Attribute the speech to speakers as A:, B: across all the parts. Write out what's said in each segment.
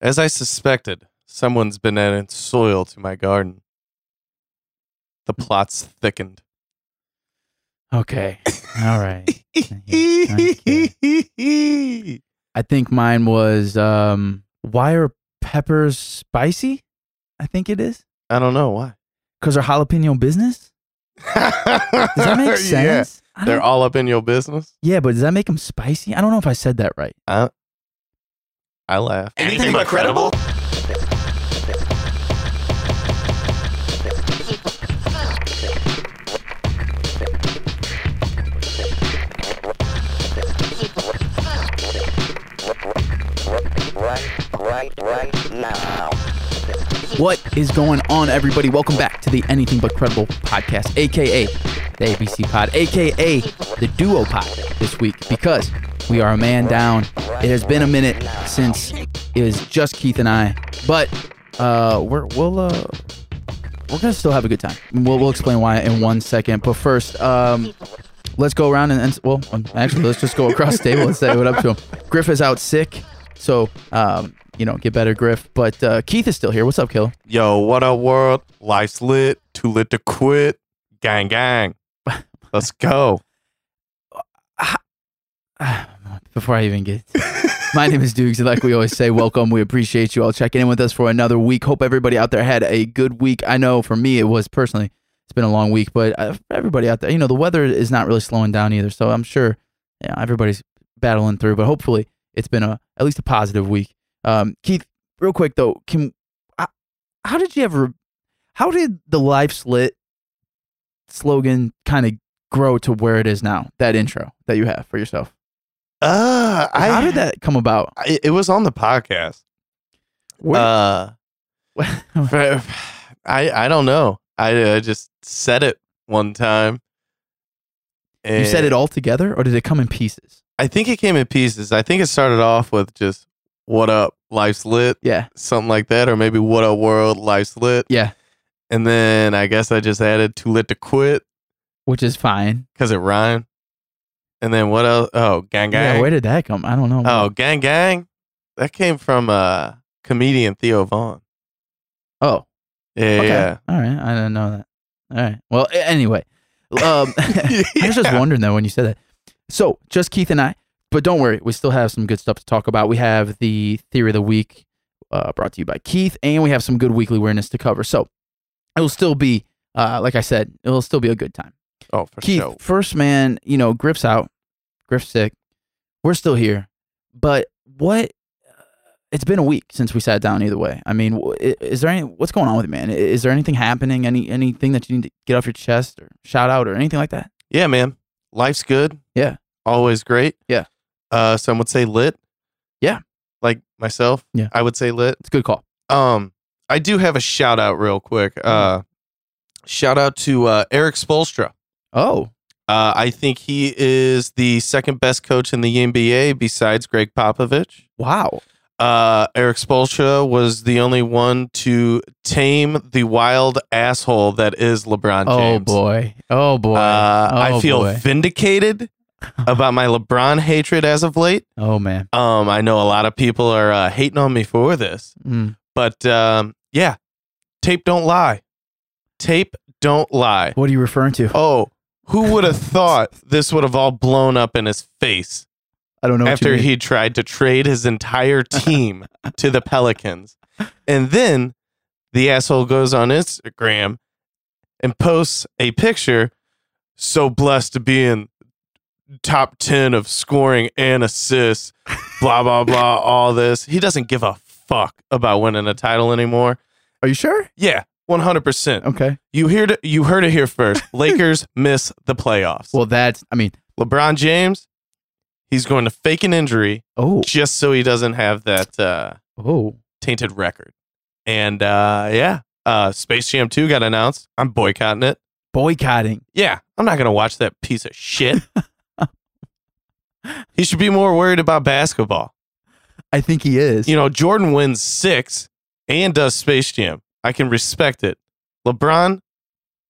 A: As I suspected, someone's been adding soil to my garden. The plot's thickened.
B: Okay. All right. Okay. I think mine was um, why are peppers spicy? I think it is
A: I don't know why.
B: because they're jalapeno business. Does that make sense? I
A: Yeah. They're
B: don't-
A: all up in your business.
B: yeah, but does that make them spicy? I don't know if I said that right.
A: I, I laugh.
C: Anything but credible?
B: What is going on, everybody? Welcome back to the Anything But Credible podcast, aka the ABC Pod, aka the Duo Pod this week, because we are a man down. It has been a minute since it was just Keith and I, but uh, we're we'll uh, we're gonna still have a good time. We'll we'll explain why in one second, but first, um, let's go around and, and well, um, actually, let's just go across the table and say what up to him. Griff is out sick, so um, you know, get better, Griff. But uh, Keith is still here. What's up, Killer?
A: Yo, what a world. Life's lit. Too lit to quit. Gang, gang. Let's go.
B: Before I even get, my name is Dukes, and like we always say, welcome. We appreciate you all checking in with us for another week. Hope everybody out there had a good week. I know for me, it was personally, it's been a long week, but uh, for everybody out there, you know, the weather is not really slowing down either. So I'm sure you know, everybody's battling through, but hopefully, it's been a at least a positive week. Um, Keith, real quick though, can I, how did you ever? How did the Life's Lit slogan kind of grow to where it is now? That intro that you have for yourself.
A: Uh, I,
B: How did that come about?
A: I- it was on the podcast. Uh,
B: Uh,
A: I I don't know. I, I just said it one time.
B: you said
A: And
B: it all together, or did it come in pieces?
A: I think it came in pieces. I think it started off with just "What up, life's lit,"
B: Yeah,
A: something like that, or maybe "What up, world, life's lit."
B: yeah,
A: And then I guess I just added "Too lit to quit"
B: which is fine.
A: because it rhymed. And then what else? Oh, gang gang.
B: Yeah, where did that come? I don't know.
A: oh, gang gang. That came from uh, comedian Theo Vaughn.
B: oh,
A: Yeah,
B: okay.
A: yeah.
B: All right, I didn't know that. All right. Well, a- anyway, um, I was just
A: Yeah.
B: wondering though when you said that. So just Keith and I, but don't worry, we still have some good stuff to talk about. We have the theory of the week uh, brought to you by Keith, and we have some good weekly awareness to cover. So it will still be, uh, like I said, it will still be a good time.
A: Oh, for
B: Keith,
A: sure.
B: first man, you know, Griff's out, Griff's sick. We're still here, but what? uh, It's been a week since we sat down. Either way, I mean, wh- i- is there any? What's going on with you, man? I- Is there anything happening? Any anything that you need to get off your chest or shout out or anything like that?
A: Yeah, man. Life's good.
B: Yeah.
A: Always great.
B: Yeah.
A: Uh, some would say lit.
B: Yeah.
A: Like myself.
B: Yeah.
A: I would say lit.
B: It's a good call.
A: Um, I do have a shout out real quick. Uh, shout out to uh, Eric Spolstra.
B: Oh,
A: Uh, I think he is the second best coach in the NBA besides Greg Popovich.
B: wow.
A: Uh, Eric Spolstra was the only one to tame the wild asshole that is LeBron James.
B: Oh boy. Oh boy.
A: Uh, I
B: Oh,
A: feel
B: boy.
A: vindicated about my LeBron hatred as of late.
B: oh man.
A: Um, I know a lot of people are uh, hating on me for this,
B: Mm.
A: but um, yeah, tape don't lie. Tape don't lie.
B: What are you referring to?
A: Oh, who would have thought this would have all blown up in his face
B: I don't know. what you
A: after
B: mean.
A: he tried to trade his entire team to the Pelicans? And then the asshole goes on Instagram and posts a picture so blessed to be in top 10 of scoring and assists, blah, blah, blah, all this. He doesn't give a fuck about winning a title anymore.
B: Are you sure?
A: Yeah, 100%.
B: Okay.
A: You, heard it, you heard it here first. Lakers miss the playoffs.
B: Well, that's. I mean.
A: LeBron James, he's going to fake an injury
B: Oh.
A: just so he doesn't have that uh,
B: Oh.
A: tainted record. And uh, yeah, uh, Space Jam 2 got announced. I'm boycotting it.
B: Boycotting.
A: Yeah, I'm not going to watch that piece of shit. he should be more worried about basketball.
B: I think he is.
A: You know, Jordan wins six and does Space Jam. I can respect it. LeBron,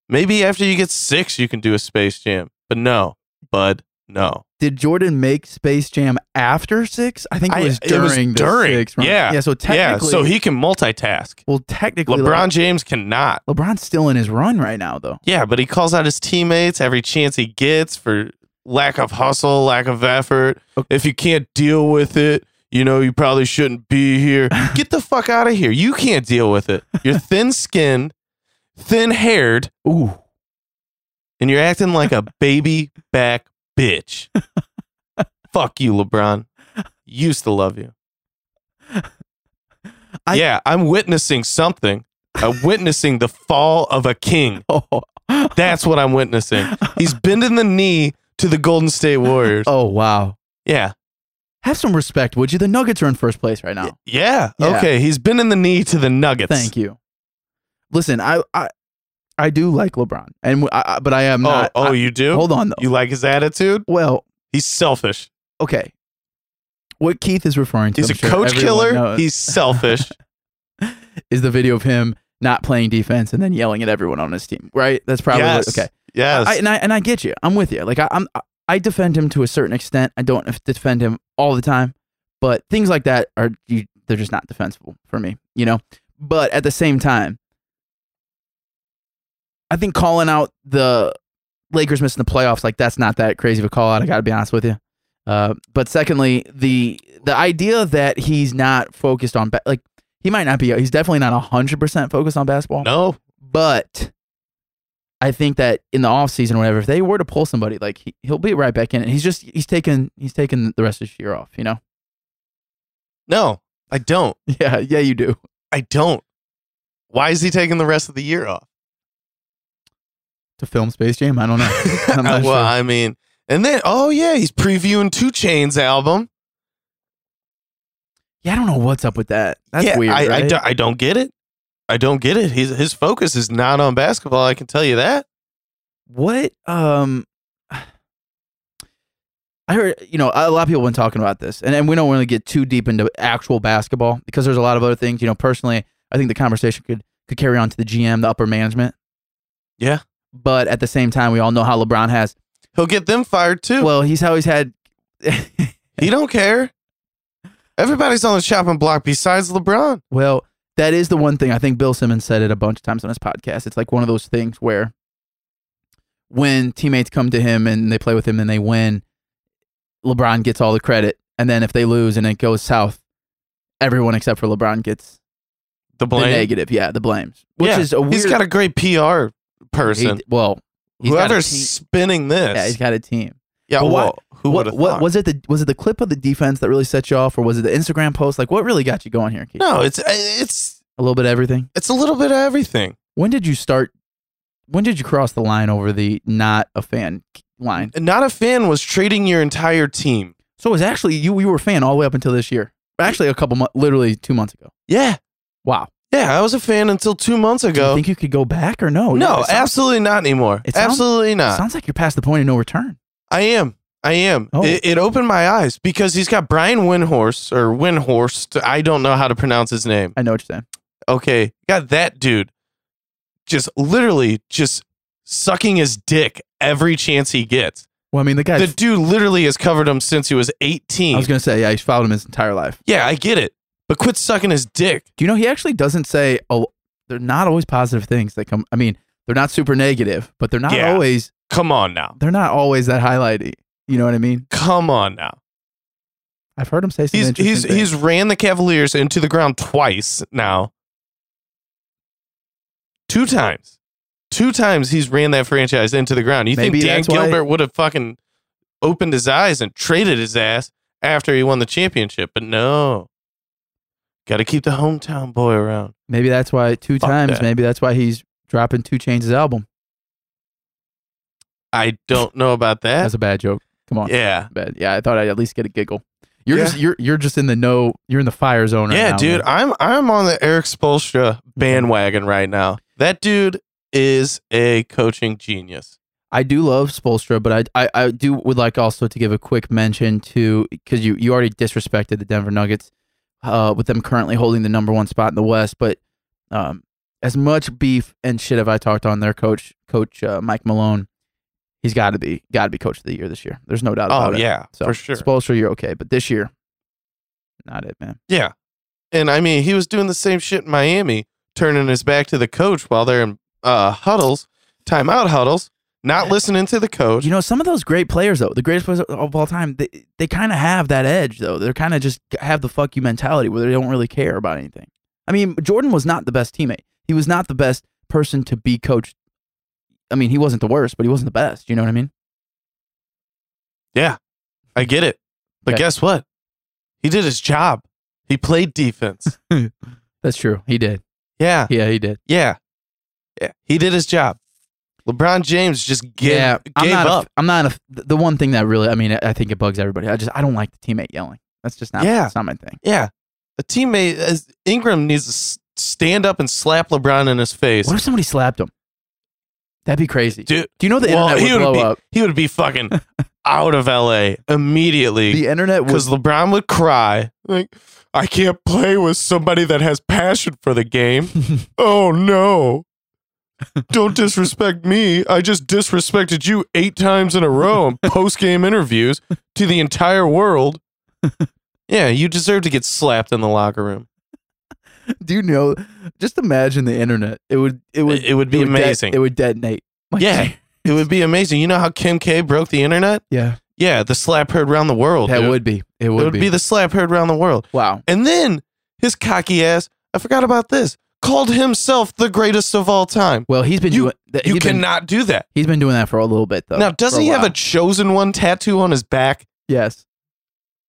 A: maybe after you get six, you can do a Space Jam. But no, bud. No.
B: Did Jordan make Space Jam after six? I think
A: I-
B: it was
A: it was
B: during the
A: during.
B: six. Right?
A: Yeah.
B: yeah. So technically,
A: Yeah. So he can multitask.
B: well, technically,
A: LeBron James cannot.
B: like, LeBron's still in his run right now, though.
A: Yeah, but he calls out his teammates every chance he gets for lack of hustle, lack of effort. If you can't deal with it, you know, you probably shouldn't be here. Get the fuck out of here. You can't deal with it. You're thin skinned, thin haired,
B: Ooh,
A: and you're acting like a baby back bitch. fuck you, LeBron. Used to love you.
B: I-
A: yeah, I'm witnessing something. I'm witnessing the fall of a king.
B: oh,
A: That's what I'm witnessing. He's bending the knee to the Golden State Warriors.
B: oh, wow.
A: Yeah.
B: Have some respect, would you? The Nuggets are in first place right now.
A: yeah.
B: Yeah.
A: Okay. He's bending the knee to the Nuggets.
B: Thank you. Listen, I, I, I do like LeBron, and w- I, I- but I am
A: Oh,
B: not.
A: oh,
B: I-
A: you do?
B: hold on though.
A: You like his attitude?
B: well,
A: He's selfish.
B: okay. What Keith is referring to?
A: He's
B: I'm
A: a
B: sure
A: coach
B: everyone
A: killer.
B: knows,
A: He's selfish.
B: is the video of him not playing defense and then yelling at everyone on his team. Right? That's probably what-
A: yes.
B: okay.
A: Yes.
B: I, and I and I get you. I'm with you. Like I, I'm, I- I defend him to a certain extent. I don't have to defend him all the time, but things like that are you, they're just not defensible for me. You know. But at the same time, I think calling out the Lakers missing the playoffs like that's not that crazy of a call out. I got to be honest with you. Uh, but secondly, the the idea that he's not focused on ba- like he might not be. He's definitely not hundred percent focused on basketball
A: no.
B: but I think that in the offseason or whatever, if they were to pull somebody, like he, he'll be right back in. And he's just he's taking he's taking the rest of this year off. You know?
A: No. I don't.
B: Yeah, yeah, you do.
A: I don't. Why is he taking the rest of the year off?
B: To film Space Jam, I don't know. I'm
A: well,
B: not sure.
A: I mean, and then oh yeah, he's previewing Two Chains album.
B: yeah, I don't know what's up with that. That's
A: yeah,
B: weird.
A: I, I,
B: right?
A: don't, I don't get it. I don't get it. His his focus is not on basketball. I can tell you that.
B: what um I heard you know a lot of people been talking about this, and, and we don't want to get too deep into actual basketball because there's a lot of other things. You know, personally, I think the conversation could could carry on to the GM, the upper management.
A: Yeah.
B: but at the same time, we all know how LeBron has.
A: He'll get them fired too.
B: Well, he's always had.
A: He don't care. Everybody's on the shopping block besides LeBron.
B: well, that is the one thing I think Bill Simmons said it a bunch of times on his podcast. It's like one of those things where when teammates come to him and they play with him and they win, LeBron gets all the credit, and then if they lose and it goes south, everyone except for LeBron gets
A: The
B: the
A: blame.
B: negative. Yeah, the blames, which
A: Yeah,
B: is a weird.
A: He's got a great PR person.
B: he- well, he's got a
A: Whoever's
B: team-
A: spinning this.
B: yeah, he's got a team.
A: Yeah,
B: But
A: well, who would
B: What,
A: have
B: what
A: thought?
B: was it? The was it the clip of the defense that really set you off, or was it the Instagram post? Like, what really got you going here? Keith?
A: no, it's it's
B: a little bit of everything.
A: it's a little bit of everything.
B: When did you start? When did you cross the line over the not a fan line?
A: Not a fan was trading your entire team.
B: So it was actually you. You were a fan all the way up until this year. Actually, a couple months, literally two months ago.
A: Yeah,
B: Wow.
A: yeah, I was a fan until two months
B: Do you
A: ago.
B: think you could go back or no?
A: no,
B: Yeah, it sounds,
A: absolutely not anymore.
B: It sounds-
A: Absolutely not.
B: sounds like you're past the point of no return.
A: I am. I am.
B: Oh.
A: It, it opened my eyes because he's got Brian Windhorst or Windhorst. I don't know how to pronounce his name.
B: I know what you're saying.
A: okay, got that dude just literally just sucking his dick every chance he gets.
B: Well, I mean, the guy.
A: The dude literally has covered him since he was 18.
B: I was gonna say, yeah, he's followed him his entire life.
A: yeah, I get it. But quit sucking his dick.
B: Do you know he actually doesn't say? Oh, they're not always positive things that come. I mean, they're not super negative, but they're not
A: Yeah.
B: always.
A: Come on now.
B: They're not always that highlighty. You know what I mean?
A: Come on now.
B: I've heard him say some
A: He's
B: interesting
A: he's
B: things.
A: he's ran the Cavaliers into the ground twice now. Two times. Two times he's ran that franchise into the ground. You
B: Maybe
A: think Dan
B: that's why-
A: Gilbert would have fucking opened his eyes and traded his ass after he won the championship, but no. Got to keep the hometown boy around.
B: Maybe that's why two
A: Fuck
B: times.
A: that.
B: Maybe that's why he's dropping Two Chains' album.
A: I don't know about that.
B: That's a bad joke. Come on,
A: Yeah.
B: bad. Yeah, I thought I'd at least get a giggle. You're
A: Yeah.
B: just you're you're just in the no. You're in the fire zone. Right
A: Yeah,
B: now,
A: dude,
B: man.
A: I'm I'm on the Eric Spolstra
B: Mm-hmm.
A: bandwagon right now. That dude is a coaching genius.
B: I do love Spolstra, but I, I I do would like also to give a quick mention to because you you already disrespected the Denver Nuggets uh, with them currently holding the number one spot in the West, but um, as much beef and shit have I talked on their coach coach uh, Mike Malone. He's got to be got to be coach of the year this year. There's no doubt
A: Oh
B: about it.
A: yeah,
B: so
A: for sure.
B: Spolster, you're okay, but this year, not it, man.
A: Yeah. And I mean, he was doing the same shit in Miami, turning his back to the coach while they're in uh, huddles, timeout huddles, not listening to the coach.
B: You know, some of those great players though, the greatest players of all time, they they kind of have that edge though. They're kind of just have the fuck you mentality where they don't really care about anything. I mean, Jordan was not the best teammate. He was not the best person to be coached. I mean, he wasn't the worst, but he wasn't the best. You know what I mean?
A: Yeah, I get it. But
B: Okay.
A: guess what? He did his job. He played defense.
B: That's true. He did.
A: yeah,
B: Yeah, he did.
A: yeah, yeah. He did his job. LeBron James just gave,
B: yeah, I'm
A: gave
B: not.
A: up.
B: A, I'm not. A, the one thing that really, I mean, I- I think it bugs everybody. I just, I don't like the teammate yelling. That's just not.
A: Yeah.
B: that's not my thing.
A: yeah, a teammate as Ingram needs to s- stand up and slap LeBron in his face.
B: What if somebody slapped him? That'd be crazy.
A: Dude,
B: Do you know the
A: well,
B: internet
A: he
B: would
A: would
B: blow
A: be-
B: up?
A: he would be fucking out of LA immediately.
B: The internet would
A: because LeBron would cry like, "I can't play with somebody that has passion for the game." oh no! Don't disrespect me. I just disrespected you eight times in a row in post game interviews to the entire world. Yeah, you deserve to get slapped in the locker room.
B: Do you know? Just imagine the internet. It would. It would.
A: It would be
B: det-
A: amazing.
B: it would detonate. Like,
A: Yeah. It would be amazing. You know how Kim K broke the internet?
B: yeah.
A: Yeah, the slap heard round the world.
B: That
A: dude.
B: would be. It
A: It
B: would,
A: would be the slap heard round the world.
B: wow.
A: And then his cocky ass, I forgot about this, called himself the greatest of all time.
B: Well, he's been
A: You-
B: doing. That,
A: You
B: he's been-
A: cannot do that.
B: he's been doing that for a little bit though.
A: Now,
B: for
A: doesn't he have a
B: while.
A: chosen one tattoo on his back?
B: Yes.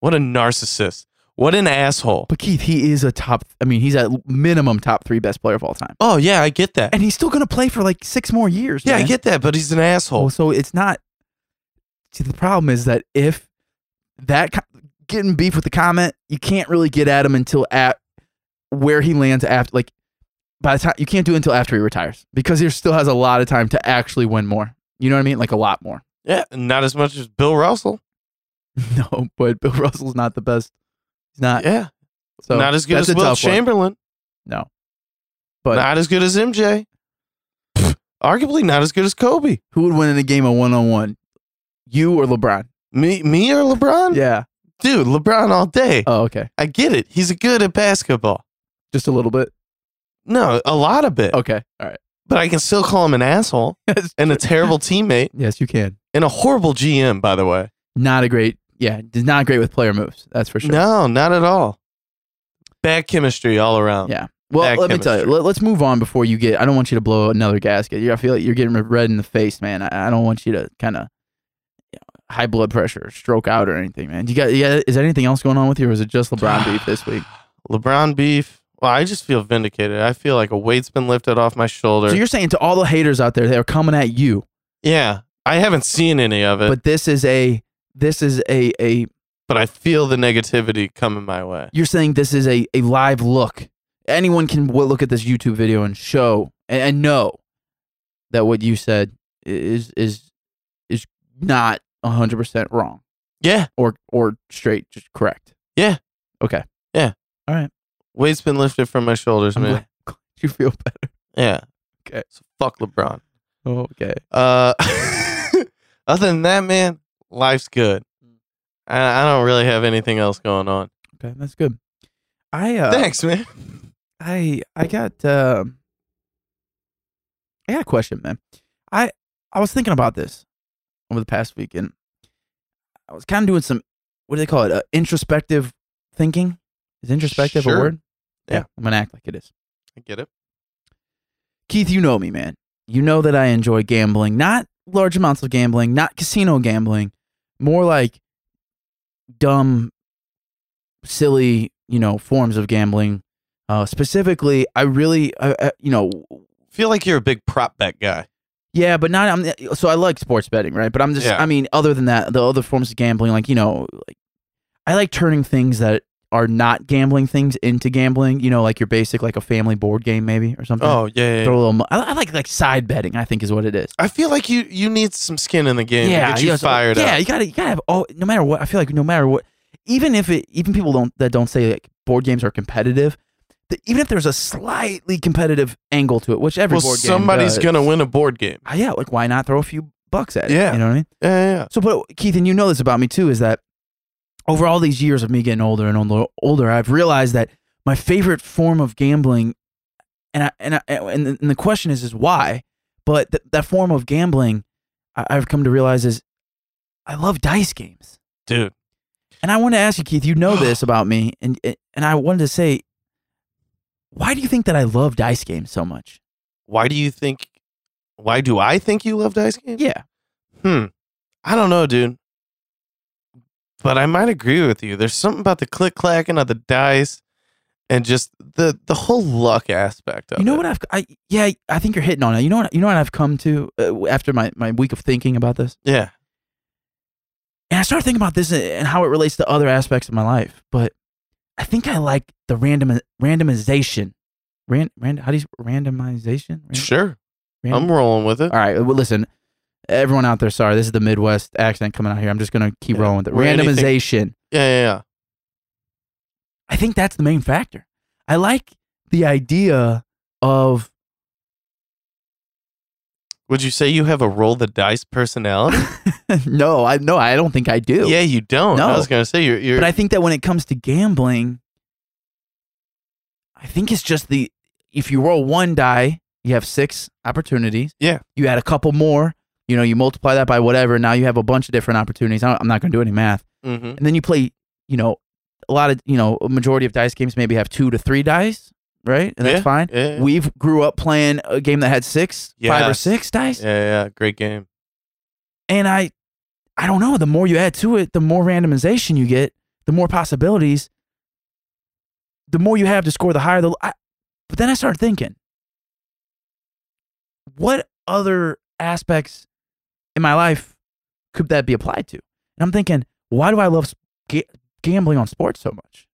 A: What a narcissist. What an asshole.
B: But Keith, he is a top. I mean, he's at minimum top three best player of all time,
A: Oh, yeah, I get that.
B: and he's still gonna play for like six more years.
A: Yeah, I
B: man.
A: get that, but he's an
B: Well,
A: asshole.
B: Oh, so it's not. See, the problem is that if that co- getting beef with the comment, you can't really get at him until at where he lands after. Like by the time you can't do it until after he retires because he still has a lot of time to actually win more. You know what I mean? Like a lot more.
A: Yeah, not as much as Bill Russell.
B: No, but Bill Russell's not the best. He's not.
A: Yeah,
B: So
A: not as good
B: that's
A: as
B: a
A: Will
B: tough one.
A: Chamberlain.
B: No, but
A: not as good as MJ. Pfft, Arguably not as good as Kobe.
B: who would win in a game of one on one? You or LeBron?
A: Me, me or LeBron?
B: Yeah.
A: Dude, LeBron all day.
B: Oh, okay.
A: I get it. He's good at basketball.
B: Just a little bit.
A: No, a lot of it.
B: Okay. All right.
A: But I can still call him an asshole and a terrible teammate
B: yes, you can.
A: and a horrible GM, by the way.
B: not a great yeah did not great with player moves that's for sure
A: No, not at all. Bad chemistry all around.
B: yeah well
A: Bad
B: let me tell you
A: chemistry.
B: let, let's move on before you get i don't want you to blow another gasket you i feel like you're getting red in the face man i, I don't want you to kind of high blood pressure stroke out or anything man you got yeah is there anything else going on with you or is it just lebron beef this week
A: LeBron beef. Well, I just feel vindicated. I feel like a weight's been lifted off my shoulder.
B: so you're saying to all the haters out there they are coming at you
A: yeah. I haven't seen any of it, but,
B: but this is a this is a a
A: I feel the negativity coming my way.
B: you're saying this is a, a live look. Anyone can w- look at this YouTube video and show and, and know that what you said i- is is is not hundred percent wrong
A: Yeah.
B: or or straight just correct.
A: Yeah.
B: Okay.
A: Weight's been lifted from my shoulders,
B: I'm
A: man.
B: glad, glad you feel better.
A: Yeah.
B: Okay.
A: So fuck LeBron.
B: Okay.
A: Uh, other than that, man, life's good.
B: Mm.
A: I, I don't really have anything else going on.
B: Okay. That's good. I uh,
A: Thanks, man.
B: I I got um I got a question, man. I I was thinking about this over the past week, and I was kind of doing some what do they call it? Uh, introspective thinking. Is introspective
A: Sure.
B: a word?
A: Yeah.
B: I'm gonna act like it is.
A: I get it.
B: Keith, you know me, man. You know that I enjoy gambling, not large amounts of gambling, not casino gambling, more like dumb, silly, you know, forms of gambling. Uh, specifically, I really, uh, uh, you know,
A: Feel like you're a big prop bet guy.
B: yeah, but not. I'm so I like sports betting, right? But I'm just,
A: Yeah.
B: I mean, other than that, the other forms of gambling, like you know, like I like turning things that are not gambling things into gambling. You know, like your basic, like a family board game, maybe or something.
A: Oh yeah. yeah,
B: Mm-hmm. Throw a
A: yeah.
B: little. mo- I, I like like side betting. I think is what it is.
A: I feel like you you need some skin in the game to get you
B: yes,
A: fired
B: yeah,
A: up.
B: you gotta you gotta have all no matter what I feel like no matter what even if it even people don't that don't say like board games are competitive, the, even if there's a slightly competitive angle to it, which every
A: Well,
B: board game
A: somebody's
B: does,
A: gonna win a board game.
B: Uh, yeah, like why not throw a few bucks at it.
A: Yeah.
B: You know what I mean?
A: Yeah, yeah.
B: So, but Keith, and you know this about me too, is that over all these years of me getting older and older, older, I've realized that my favorite form of gambling, and I, and I, and the, and the question is, is why? But th- that form of gambling, I, I've come to realize is, I love dice games.
A: Dude.
B: And I want to ask you, Keith. You know this about me, and and I wanted to say, why do you think that I love dice games so much?
A: Why do you think why do I think you love dice games?
B: Yeah,
A: Hmm. I don't know, dude. But I might agree with you. There's something about the click clacking of the dice and just the the whole luck aspect of
B: you know
A: it.
B: what I've I yeah I think you're hitting on it. You know what you know what I've come to uh, after my my week of thinking about this,
A: yeah.
B: and I started thinking about this and how it relates to other aspects of my life. But I think I like the random randomization, ran, rand how do you randomization? Ran-
A: Sure.
B: random-
A: I'm rolling with it.
B: All right. Well, listen, everyone out there, sorry, this is the Midwest accent coming out here. I'm just gonna keep
A: Yeah.
B: rolling with it.
A: Or anything-
B: Randomization.
A: Yeah, yeah, yeah.
B: I think that's the main factor. I like the idea of
A: Would you say you have a roll the dice personality?
B: no, I no, I don't think I do.
A: yeah, you don't.
B: No.
A: I was gonna say you're you're
B: But I think that when it comes to gambling, I think it's just the if you roll one die, you have six opportunities.
A: Yeah.
B: You add a couple more, you know, you multiply that by whatever. Now you have a bunch of different opportunities. I don't- I'm not going to do any math.
A: Mhm.
B: And then you play, you know, a lot of, you know, a majority of dice games maybe have two to three dice, right? And that's fine.
A: Yeah, yeah.
B: We've grew up playing a game that had six, five or
A: Yes.
B: six dice.
A: yeah, yeah. Great game.
B: And I, I don't know. The more you add to it, the more randomization you get, the more possibilities, the more you have to score, the higher the. I, but then I started thinking, what other aspects in my life could that be applied to? And I'm thinking, why do I love sp- ga- gambling on sports so much?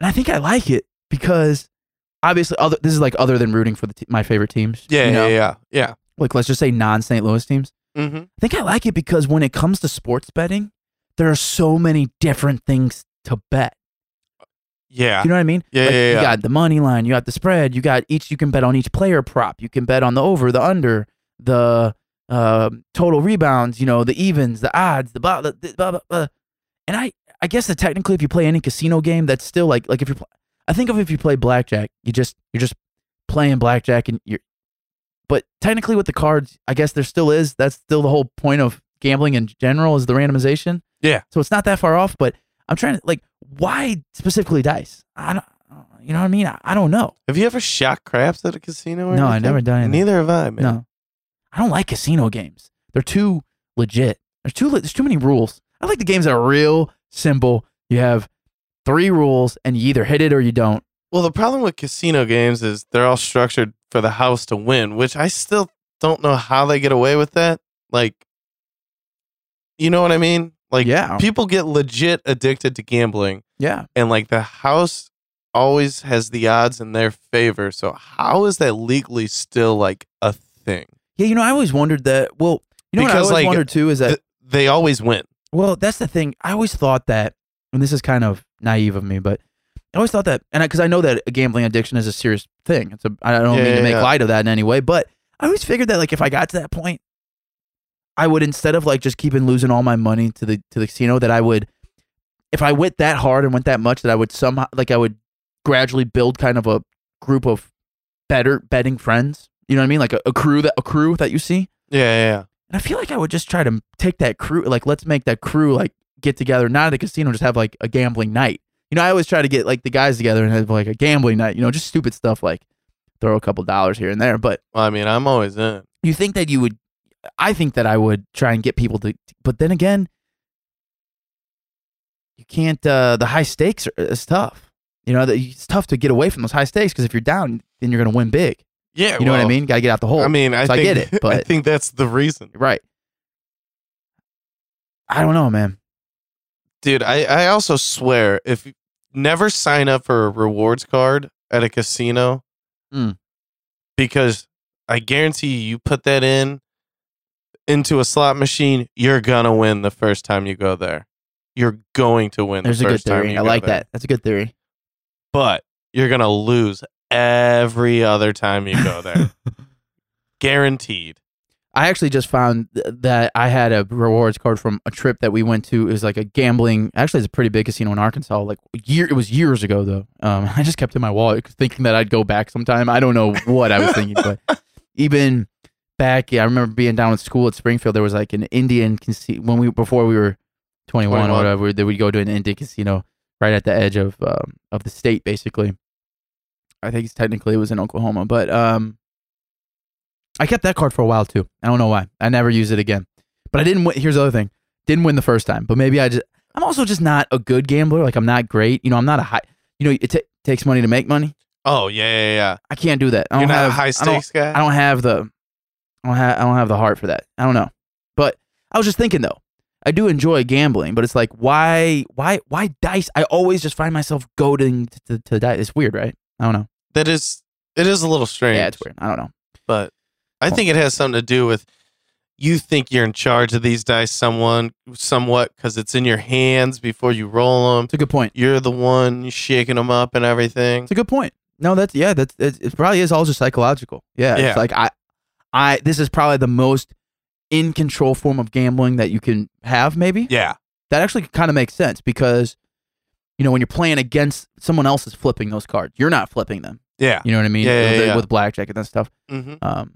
B: And I think I like it because obviously, other this is like other than rooting for the t- my favorite teams.
A: Yeah,
B: you know?
A: yeah, yeah.
B: Like let's just say non St. Louis teams.
A: Yeah. Mm-hmm.
B: I think I like it because when it comes to sports betting, there are so many different things to bet.
A: Yeah.
B: You know what I mean?
A: Yeah,
B: Like,
A: yeah, yeah.
B: You got the money line, you got the spread, you got each. You can bet on each player prop. You can bet on the over, the under, the um total rebounds. You know the evens, the odds, the blah, the, the blah, blah, blah. And I, I guess that technically, if you play any casino game, that's still like like if you're. pl- I think of if you play blackjack, you just you're just playing blackjack and you're. But technically, with the cards, I guess there still is. That's still the whole point of gambling in general is the randomization.
A: Yeah.
B: So it's not that far off, but I'm trying to like why specifically dice? I don't, you know what I mean? I, I don't know.
A: Have you ever shot craps at a casino? Or
B: No, I
A: anything?
B: never done anything.
A: Neither have I, man.
B: No, I don't like casino games. They're too legit. There's too le- there's too many rules. I like the games that are real simple. You have three rules, and you either hit it or you don't.
A: Well, the problem with casino games is they're all structured for the house to win, which I still don't know how they get away with that. Like, you know what I mean? Like,
B: yeah,
A: people get legit addicted to gambling,
B: yeah.
A: and like the house always has the odds in their favor. So, how is that legally still like a thing?
B: Yeah, you know, I always wondered that. Well, you know what I
A: Because,
B: always
A: like,
B: wondered too is that.
A: Th- they always win.
B: well, that's the thing. I always thought that, and this is kind of naive of me, but I always thought that, and because I, know that a gambling addiction is a serious thing. It's a I don't
A: Yeah,
B: mean
A: yeah,
B: to make
A: yeah.
B: light of that in any way, but I always figured that like if I got to that point, I would instead of like just keeping losing all my money to the to the casino, that I would, if I went that hard and went that much, that I would somehow like I would gradually build kind of a group of better betting friends. You know what I mean? Like a, a crew that a crew that you see.
A: Yeah, yeah, yeah.
B: And I feel like I would just try to take that crew, like let's make that crew like get together, not at a casino, just have like a gambling night. You know, I always try to get like the guys together and have like a gambling night. You know, just stupid stuff like throw a couple dollars here and there. But
A: Well, I mean, I'm always in.
B: you think that you would? I think that I would try and get people to. But then again, you can't. Uh, the high stakes are, is tough. You know, that it's tough to get away from those high stakes because if you're down, then you're gonna win big.
A: Yeah,
B: You know what I
A: Eh, well,
B: mean? Got to get out the hole.
A: I mean, I
B: So I
A: think,
B: get it,
A: I
B: but-
A: think that's the reason.
B: right. I don't know, man.
A: dude I, I also swear if you never sign up for a rewards card at a casino
B: Mm.
A: because i guarantee you, you put that in into a slot machine you're gonna win the first time you go there you're going to win
B: There's
A: the
B: a good
A: first time
B: theory.
A: you
B: I
A: go
B: like
A: there.
B: that. That's a good theory.
A: but you're gonna lose every other time you go there guaranteed
B: I actually just found th- that I had a rewards card from a trip that we went to. It was like a gambling. Actually, it's a pretty big casino in Arkansas. Like year, it was years ago though. Um, I just kept it in my wallet thinking that I'd go back sometime. I don't know what I was thinking, but even back, yeah, I remember being down at school at Springfield. There was like an Indian casino when we before we were twenty one or
A: 21.
B: whatever. That we'd go to an Indian casino right at the edge of um, of the state, basically. I think it's technically it was in Oklahoma, but um, I kept that card for a while too. I don't know why. I never used it again. But I didn't win. Here's the other thing: didn't win the first time. But maybe I just. I'm also just not a good gambler. Like I'm not great. You know, I'm not a high. You know, it ta takes money to make money.
A: Oh yeah, yeah, yeah.
B: I can't do that. I don't
A: You're not
B: have
A: a high
B: I don't-
A: stakes guy.
B: I don't have the I don't have I don't have the heart for that. I don't know. But I was just thinking though. I do enjoy gambling, but it's like why why why dice? I always just find myself goading to, to, to dice. It's weird, right? I don't know.
A: that is it is a little strange.
B: Yeah, it's weird. I don't know.
A: But I think it has something to do with you think you're in charge of these dice someone somewhat because it's in your hands before you roll them.
B: It's a good point.
A: You're the one shaking them up and everything.
B: It's a good point. No, that's yeah, that's it, it probably is all just psychological. Yeah,
A: Yeah.
B: It's like I I this is probably the most in control form of gambling that you can have maybe.
A: Yeah.
B: that actually kind of makes sense because you know when you're playing against someone else is flipping those cards you're not flipping them
A: Yeah.
B: you know what i mean
A: Yeah, yeah,
B: with,
A: yeah.
B: with blackjack and that stuff
A: hmm
B: um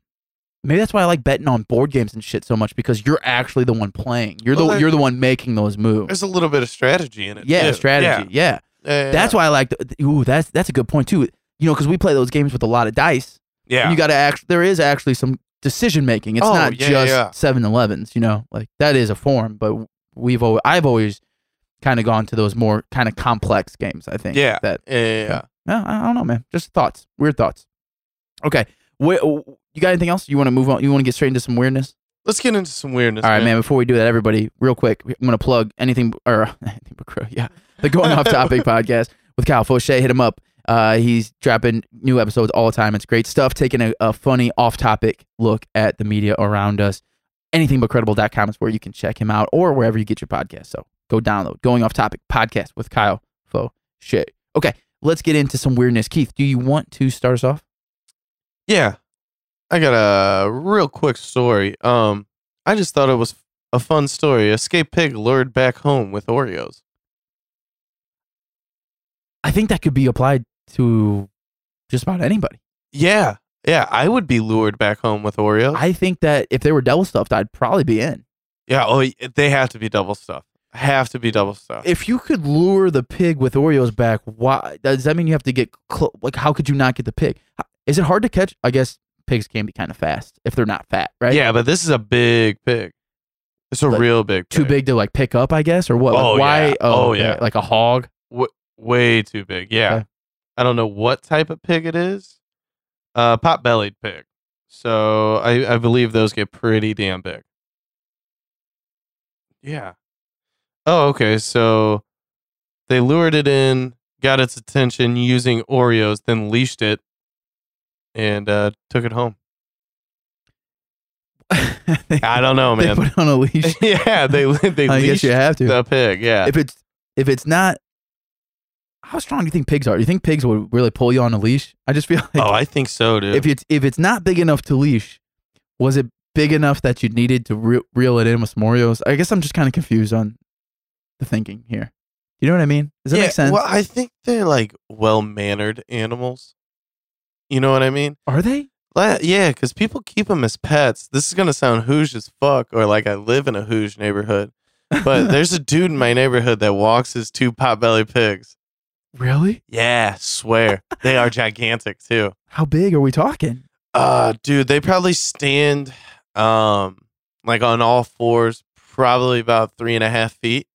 B: maybe that's why i like betting on board games and shit so much because you're actually the one playing you're
A: Well,
B: the
A: there-
B: you're the one making those moves
A: There's a little bit of strategy in it.
B: yeah
A: too.
B: strategy yeah.
A: Yeah. Yeah, yeah,
B: that's why i like the, ooh that's that's a good point too you know because we play those games with a lot of dice
A: yeah.
B: and you got to act there is actually some decision making it's
A: Oh,
B: not
A: yeah,
B: just
A: yeah.
B: 7-elevens you know like that is a form but we've always, i've always kind of gone to those more kind of complex games i think
A: Yeah.
B: that
A: Yeah, yeah, yeah.
B: no, i I don't know man just thoughts weird thoughts okay Wh- you got anything else you want to move on you want to get straight into some weirdness
A: Let's get into some weirdness.
B: all right man before we do that everybody real quick i'm going to plug anything or anything but crew yeah the going off topic podcast with kyle fauché hit him up uh, he's dropping new episodes all the time. It's great stuff. Taking a, a funny, off topic look at the media around us. Anythingbutcredible.com is where you can check him out or wherever you get your podcast. So go download Going Off Topic podcast with Kyle Fo Shit. Okay, let's get into some weirdness. Keith, do you want to start us off?
A: Yeah. I got a real quick story. Um, I just thought it was a fun story. Escape pig lured back home with Oreos.
B: I think that could be applied to just about anybody.
A: Yeah. Yeah. I would be lured back home with Oreos.
B: I think that if they were devil stuffed, I'd probably be in.
A: yeah. Oh, y- they have to be double stuffed. Have to be double stuffed.
B: If you could lure the pig with Oreos back, why does that mean you have to get clo- like? How could you not get the pig? How- Is it hard to catch? I guess pigs can be kind of fast if they're not fat, right?
A: Yeah, but this is a big pig. It's a
B: Like,
A: real big
B: too
A: pig.
B: big to like pick up, I guess, or what? Like,
A: Oh,
B: why?
A: yeah.
B: Oh,
A: Oh,
B: okay.
A: yeah.
B: like a hog.
A: Way too big. Yeah.
B: Okay.
A: I don't know what type of pig it is. Uh, pot bellied pig. So I, I believe those get pretty damn big. Yeah. Oh, okay. So they lured it in, got its attention using Oreos, then leashed it and uh, took it home.
B: they,
A: I don't know,
B: they
A: man.
B: put it on a leash.
A: yeah, they they
B: I guess
A: leashed
B: you have to.
A: the pig. Yeah.
B: If it's if it's not, how strong do you think pigs are? Do you think pigs would really pull you on a leash? I just feel like
A: oh, I think so, dude.
B: if it's if it's not big enough to leash, was it big enough that you needed to re- reel it in with some Oreos? I guess I'm just kind of confused on the thinking here. You know what I mean? Does that make sense?
A: Well, I think they're like well mannered animals. You know what I mean?
B: Are they?
A: Like, yeah, because people keep them as pets. This is gonna sound hoosh as fuck, or like I live in a hoosh neighborhood. But there's a dude in my neighborhood that walks his two potbelly pigs.
B: really?
A: Yeah, swear they are gigantic too.
B: How big are we talking?
A: Uh dude, they probably stand um like on all fours, probably about three and a half feet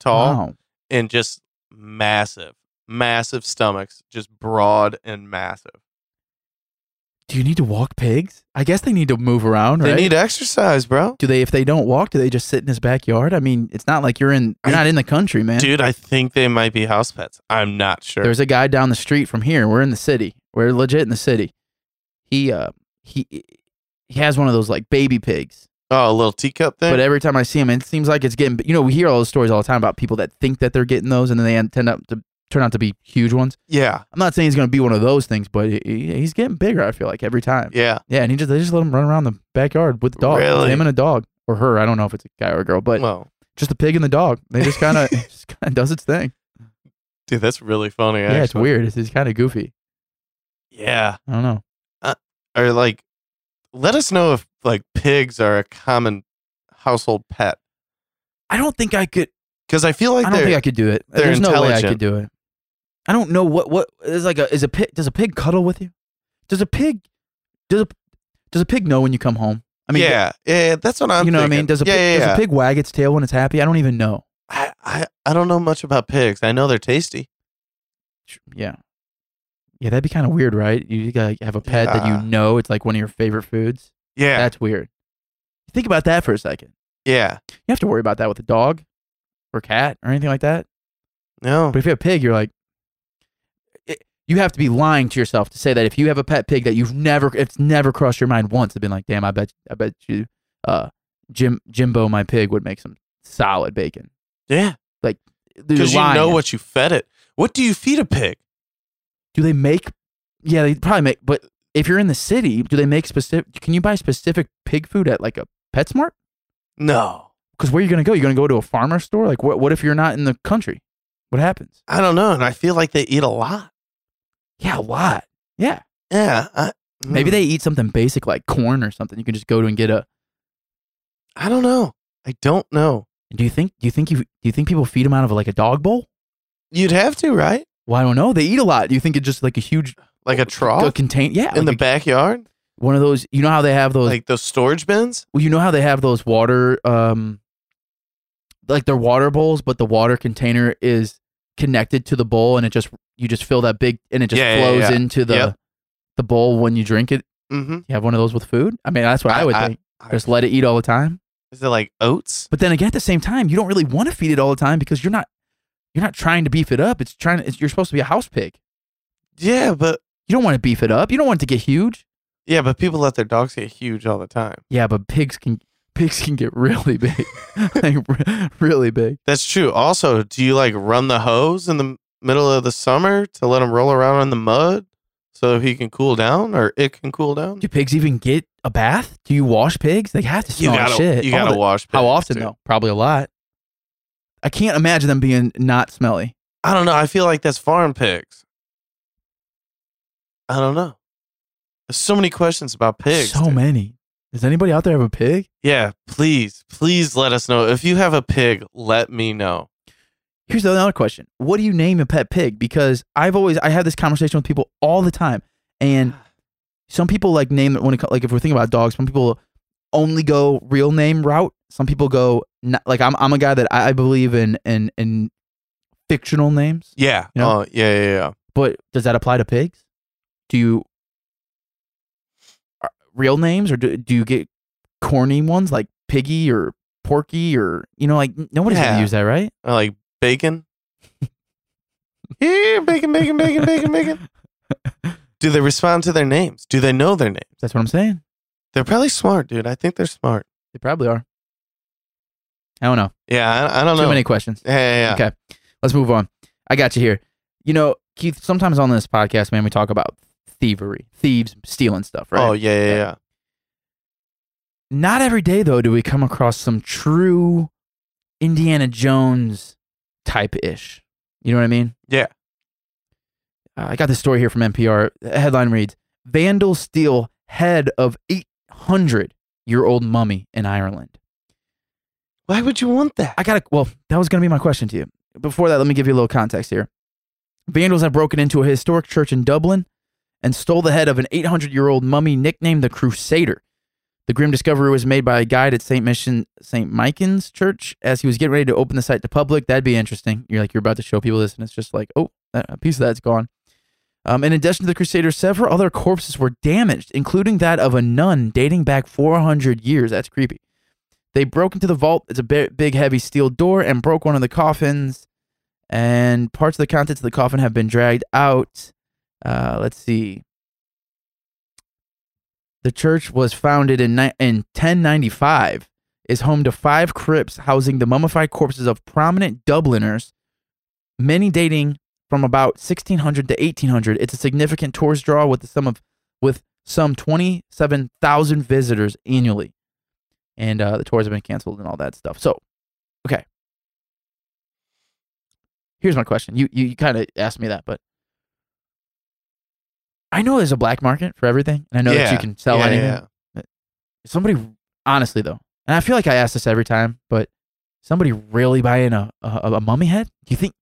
A: tall.
B: Wow.
A: and just massive, massive stomachs, just broad and massive.
B: Do you need to walk pigs? I guess they need to move around, right?
A: They need exercise, bro.
B: do they if they don't walk, do they just sit in his backyard? I mean, it's not like you're in you're
A: I-
B: not in the country, man.
A: Dude, I think they might be house pets. I'm not sure.
B: There's a guy down the street from here. We're in the city. We're legit in the city. He uh he he has one of those like baby pigs.
A: oh, a little teacup thing.
B: But every time I see them, it seems like it's getting. You know, we hear all those stories all the time about people that think that they're getting those, and then they end- end up to turn out to be huge ones.
A: Yeah.
B: I'm not saying he's going to be one of those things, but he- he- he's getting bigger. I feel like every time.
A: Yeah.
B: Yeah, and he just they just let him run around the backyard with the dog.
A: Really?
B: Him and a dog. Or her, I don't know if it's a guy or a girl, but
A: well,
B: just the pig and the dog. They just kind of just kind of does its thing.
A: dude, that's really funny.
B: Yeah, it's
A: actually.
B: weird. It's, it's kind of goofy.
A: Yeah.
B: I don't know.
A: Or like, let us know if like pigs are a common household pet
B: I don't think I could.
A: because I feel like
B: I don't
A: they're
B: think I could do it.
A: they're
B: There's no way I could
A: intelligent.
B: do it. I don't know what what is like a is a pig does a pig cuddle with you? Does a pig does a does a pig know when you come home? I mean,
A: yeah, yeah, yeah, that's what I'm.
B: you know what I mean?
A: thinking.
B: Does a
A: yeah,
B: pig,
A: yeah,
B: does
A: yeah.
B: a pig wag its tail when it's happy? I don't even know.
A: I, I I don't know much about pigs. I know they're tasty.
B: Yeah. Yeah, that'd be kind of weird, right? You gotta have a pet that
A: Yeah.
B: you know it's like one of your favorite foods.
A: Yeah,
B: That's weird. Think about that for a second.
A: yeah.
B: You have to worry about that with a dog or cat or anything like that.
A: No,
B: But if you have a pig, you're like, it, you have to be lying to yourself to say that if you have a pet pig that you've never, it's never crossed your mind once, to been like, damn, I bet, I bet you, uh, Jim, Jimbo, my pig would make some solid bacon.
A: yeah,
B: You're
A: because you
B: lying.
A: know what you fed it. What do you feed a pig?
B: Do they make? Yeah, they probably make. But if you're in the city, do they make specific? Can you buy specific pig food at like a PetSmart?
A: No,
B: Because where are you gonna go? You're gonna go to a farmer store. Like, what? What if you're not in the country? What happens?
A: I don't know, and I feel like they eat a lot.
B: Yeah, a lot. Yeah.
A: Yeah, I,
B: Maybe
A: mm,
B: they eat something basic like corn or something. You can just go to and get a.
A: I don't know. I don't know.
B: Do you think? Do you think you? Do you think people feed them out of like a dog bowl?
A: You'd have to, right?
B: Well, I don't know. They eat a lot. Do you think it's just like a huge
A: Like a
B: a
A: trough
B: contain? Yeah,
A: Oh, in the
B: like
A: backyard,
B: a- one of those. You know how they have those.
A: like those storage bins.
B: well, you know how they have those water, um, like their water bowls, but the water container is connected to the bowl, and it just you just fill that big, and it just
A: Yeah, yeah,
B: flows
A: yeah.
B: into the
A: Yep.
B: the bowl when you drink it.
A: Mm-hmm.
B: You have one of those with food. I mean, that's what I,
A: I-
B: would
A: I-
B: think. just let it eat all the time.
A: Is it like oats?
B: But then again, at the same time, you don't really want to feed it all the time because you're not you're not trying to beef it up. It's trying. It's, you're supposed to be a house pig.
A: Yeah, but
B: You don't want to beef it up. You don't want it to get huge.
A: yeah, but people let their dogs get huge all the time.
B: Yeah, but pigs can pigs can get really big, like re- really big.
A: That's true. Also, do you like run the hose in the middle of the summer to let him roll around in the mud so he can cool down or it can cool down?
B: Do pigs even get a bath? Do you wash pigs? They have to
A: You
B: smell
A: gotta,
B: shit.
A: you
B: all
A: gotta
B: the-
A: wash.
B: How
A: pigs,
B: often
A: dude.
B: though? Probably a lot. I can't imagine them being not smelly.
A: I don't know. I feel like that's farm pigs. I don't know. There's so many questions about pigs.
B: so
A: dude.
B: many. Does anybody out there have a pig?
A: Yeah, please, please let us know if you have a pig. Let me know.
B: Here's the other question. What do you name a pet pig? Because I've always I have this conversation with people all the time, and some people like name when it co- like if we're thinking about dogs, some people only go real name route. Some people go not, like I'm I'm a guy that I, I believe in in in fictional names.
A: Yeah.
B: You know?
A: Oh, yeah, yeah, yeah.
B: But does that apply to pigs? Do you are- real names or do, do you get corny ones like Piggy or Porky or you know like n- nobody's
A: Yeah.
B: gonna use that, right?
A: Or like bacon. yeah, bacon, bacon, bacon, bacon, bacon. Do they respond to their names? Do they know their names?
B: That's what I'm saying.
A: They're probably smart, dude. I think they're smart.
B: They probably are. I don't know.
A: Yeah, I, I don't
B: Too
A: know.
B: many questions.
A: Yeah, yeah, yeah.
B: Okay. Let's move on. I got you here. You know, Keith, sometimes on this podcast, man, we talk about thievery, thieves stealing stuff, right?
A: Oh, yeah, yeah, yeah.
B: Not every day, though, do we come across some true Indiana Jones type ish. You know what I mean?
A: Yeah.
B: Uh, I got this story here from NPR. The headline reads Vandals steal head of 800 year old mummy in Ireland.
A: Why would you want that?
B: I gotta. Well, that was gonna be my question to you. Before that, let me give you a little context here. Vandals have broken into a historic church in Dublin and stole the head of an 800-year-old mummy nicknamed the Crusader. The grim discovery was made by a guide at St. Mission St. Michael's Church as he was getting ready to open the site to public. That'd be interesting. You're like you're about to show people this, and it's just like, oh, that- a piece of that's gone. Um, in addition to the Crusader, several other corpses were damaged, including that of a nun dating back 400 years. That's creepy. They broke into the vault. It's a bi- big, heavy steel door, and broke one of the coffins. And parts of the contents of the coffin have been dragged out. Uh, let's see. The church was founded in ni- in 1095. Is home to five crypts housing the mummified corpses of prominent Dubliners, many dating from about 1600 to 1800. It's a significant tourist draw with the sum of with some 27,000 visitors annually. And uh, the tours have been canceled and all that stuff. So, okay. Here's my question. You you, you kind of asked me that, but I know there's a black market for everything, and I know that
A: Yeah.
B: you can sell
A: yeah,
B: anything
A: yeah.
B: somebody honestly though, and I feel like I ask this every time, but somebody really buying a a, a mummy head? Do you think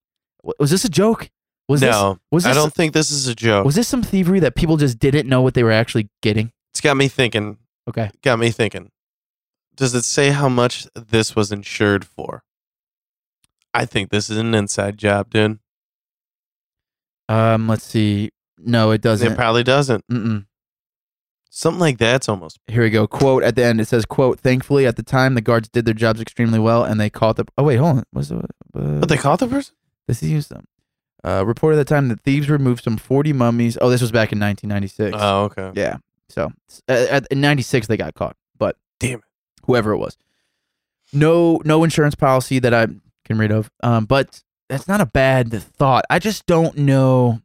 B: wa- was this a joke? Was this
A: no,
B: was this
A: I don't think this is a joke.
B: was this some thievery that people just didn't know what they were actually getting?
A: it's got me thinking.
B: Okay,
A: Got me thinking. Does it say how much this was insured for? I think this is an inside job, dude.
B: um, let's see. No, it
A: It
B: doesn't.
A: probably doesn't.
B: Mm-mm.
A: Something like that's almost
B: Here we go. Quote at the end. It says, "Quote. Thankfully, at the time, the guards did their jobs extremely well, and they caught the. Oh wait, hold on. What's the? Uh,
A: But they caught the person?
B: this is used them. Uh, reported at the time that thieves removed some forty mummies. Oh, this was back in 1996.
A: Oh, okay.
B: Yeah. So uh, at, in '96 they got caught, but
A: Damn it.
B: whoever it was, no no insurance policy that I can read of. Um, but that's not a bad thought. I just don't know.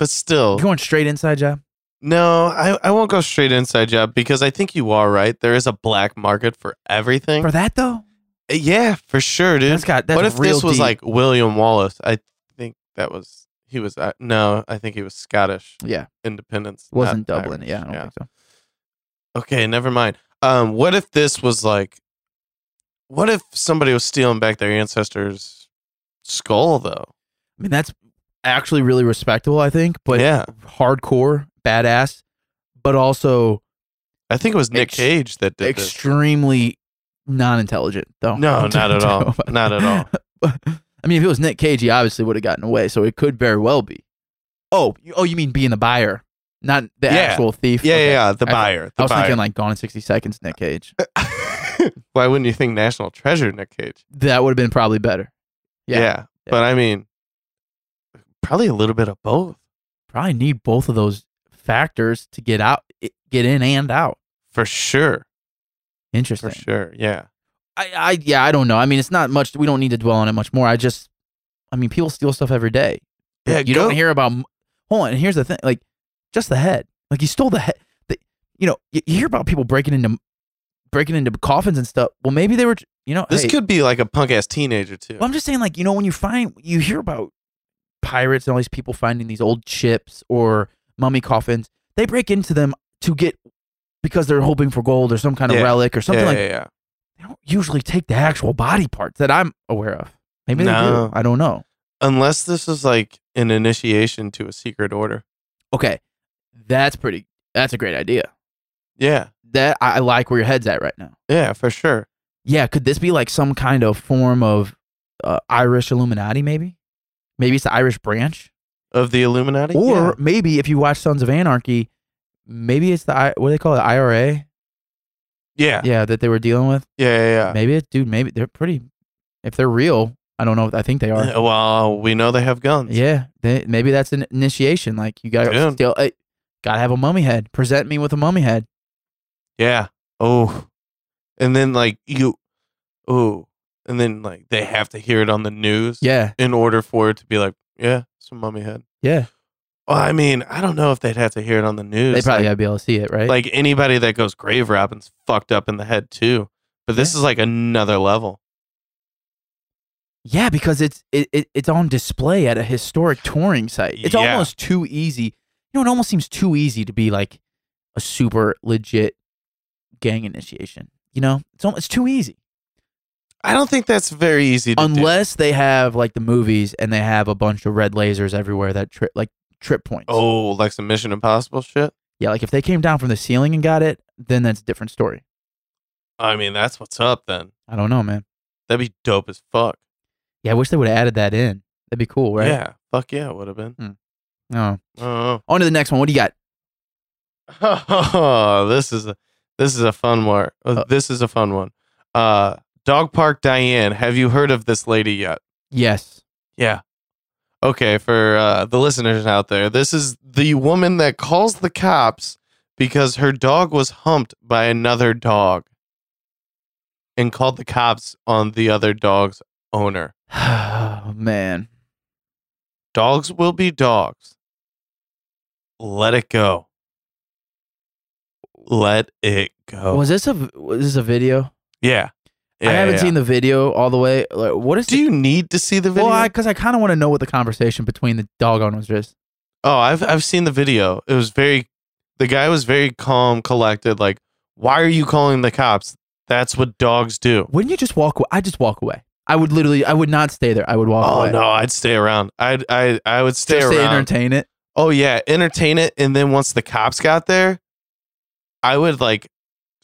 A: But still,
B: You going straight inside job?
A: no, I, I won't go straight inside job because I think you are right. There is a black market for everything.
B: for that though?
A: yeah, for sure, dude.
B: That's got that's
A: what if
B: real
A: this was
B: deep.
A: like William Wallace? I think that was, he was, uh, no, I think he was Scottish
B: yeah
A: independence. not
B: wasn't Dublin?
A: Irish.
B: Yeah, I don't think so.
A: Okay, never mind. Um, what if this was like, what if somebody was stealing back their ancestors' skull though?
B: I mean that's actually really respectable, I think, but
A: yeah,
B: hardcore, badass, but also
A: I think it was Nick
B: ex-
A: Cage that did this.
B: extremely non-intelligent though.
A: No,
B: Don't-
A: not at
B: don't
A: all.
B: know about
A: Not at all.
B: But- I mean, if it was Nick Cage, he obviously would have gotten away. So it could very well be. Oh, you- oh, you mean being the buyer, not the
A: Yeah.
B: actual thief?
A: Yeah,
B: Okay.
A: yeah, yeah, the
B: I-
A: buyer. The
B: I was
A: buyer.
B: thinking like Gone in sixty seconds, Nick Cage.
A: Why wouldn't you think National Treasure, Nick Cage?
B: That would have been probably better. Yeah.
A: Yeah, but I mean, probably a little bit of both
B: Probably need both of those factors to get out, i- get in and out.
A: for sure.
B: Interesting.
A: For sure, yeah.
B: I, I, yeah, I don't know. I mean, it's not much. We don't need to dwell on it much more. I just, I mean, people steal stuff every day.
A: Yeah,
B: you
A: go-
B: don't hear about. m- Hold on, and here's the thing: like, just the head. Like, you stole the head. The, you know, you, you hear about people breaking into, breaking into coffins and stuff. Well, maybe they were. You know,
A: This
B: hey,
A: could be like a punk ass teenager too.
B: well, I'm just saying, like, you know, when you find, you hear about pirates and all these people finding these old chips or mummy coffins. They break into them to get because they're hoping for gold or some kind of
A: Yeah.
B: relic or something
A: yeah,
B: like
A: yeah, yeah.
B: they don't usually take the actual body parts that I'm aware of. Maybe
A: No.
B: they do. I don't know.
A: Unless this is like an initiation to a secret order.
B: Okay, that's pretty. That's a great idea.
A: Yeah,
B: That I, I like where your head's at right now.
A: yeah, for sure.
B: Yeah, could this be like some kind of form of uh, Irish Illuminati? Maybe, maybe it's the Irish branch,
A: Of the Illuminati,
B: or
A: Yeah.
B: maybe if you watch Sons of Anarchy, maybe it's the I- what do they call it, IRA?
A: yeah,
B: Yeah, that they were dealing with.
A: yeah, yeah. yeah.
B: Maybe it, dude. Maybe they're pretty. If they're real, I don't know. I think they are.
A: Uh, Well, we know they have guns.
B: Yeah, they, maybe that's an initiation. Like you gotta
A: Dude.
B: still, uh, gotta have a mummy head. Present me with a mummy head.
A: Yeah. Oh. And then like you oh. And then like they have to hear it on the news
B: Yeah,
A: in order for it to be like, yeah, it's a mummy head.
B: yeah.
A: Well, I mean, I don't know if they'd have to hear it on the news.
B: They probably
A: like,
B: gotta be able to see it, right?
A: like anybody that goes grave robbing's fucked up in the head too. But this
B: Yeah.
A: is like another level.
B: yeah, because it's it, it it's on display at a historic touring site. It's
A: Yeah.
B: almost too easy. You know, it almost seems too easy to be like a super legit gang initiation. You know, it's al- it's too easy
A: I don't think that's very easy to do.
B: unless they have like the movies and they have a bunch of red lasers everywhere that trip like trip points.
A: Oh, like some Mission Impossible shit.
B: yeah, like if they came down from the ceiling and got it, then that's a different story.
A: I mean, that's what's up then.
B: I don't know, man.
A: That'd be dope as fuck.
B: Yeah, I wish they would have added that in. That'd be cool, right?
A: Yeah. Fuck yeah, it would have been.
B: No.
A: Oh.
B: On to the next one. What do you got?
A: Oh, this is a this is a fun one. Uh,
B: Uh,
A: this is a fun one. Uh, Dog Park Diane. Have you heard of this lady yet?
B: Yes.
A: Yeah. Okay, for uh, the listeners out there, this is the woman that calls the cops because her dog was humped by another dog, and called the cops on the other dog's owner.
B: oh man.
A: Dogs will be dogs. Let it go. Let it go.
B: Was this a was this a video?
A: yeah.
B: I haven't seen the video all the way. Like, what is
A: Do
B: the-
A: you need to see the video?
B: Well, I because I kind of want to know what the conversation between the dog on was just.
A: oh, I've I've seen the video. It was very. The guy was very calm, collected. Like, why are you calling the cops? That's what dogs do.
B: Wouldn't you just walk away? I just walk away. I would literally. I would not stay there. I would walk
A: Oh
B: away.
A: no, I'd stay around. I'd I I would stay
B: just to
A: around.
B: entertain it.
A: oh yeah, entertain it, and then once the cops got there, I would like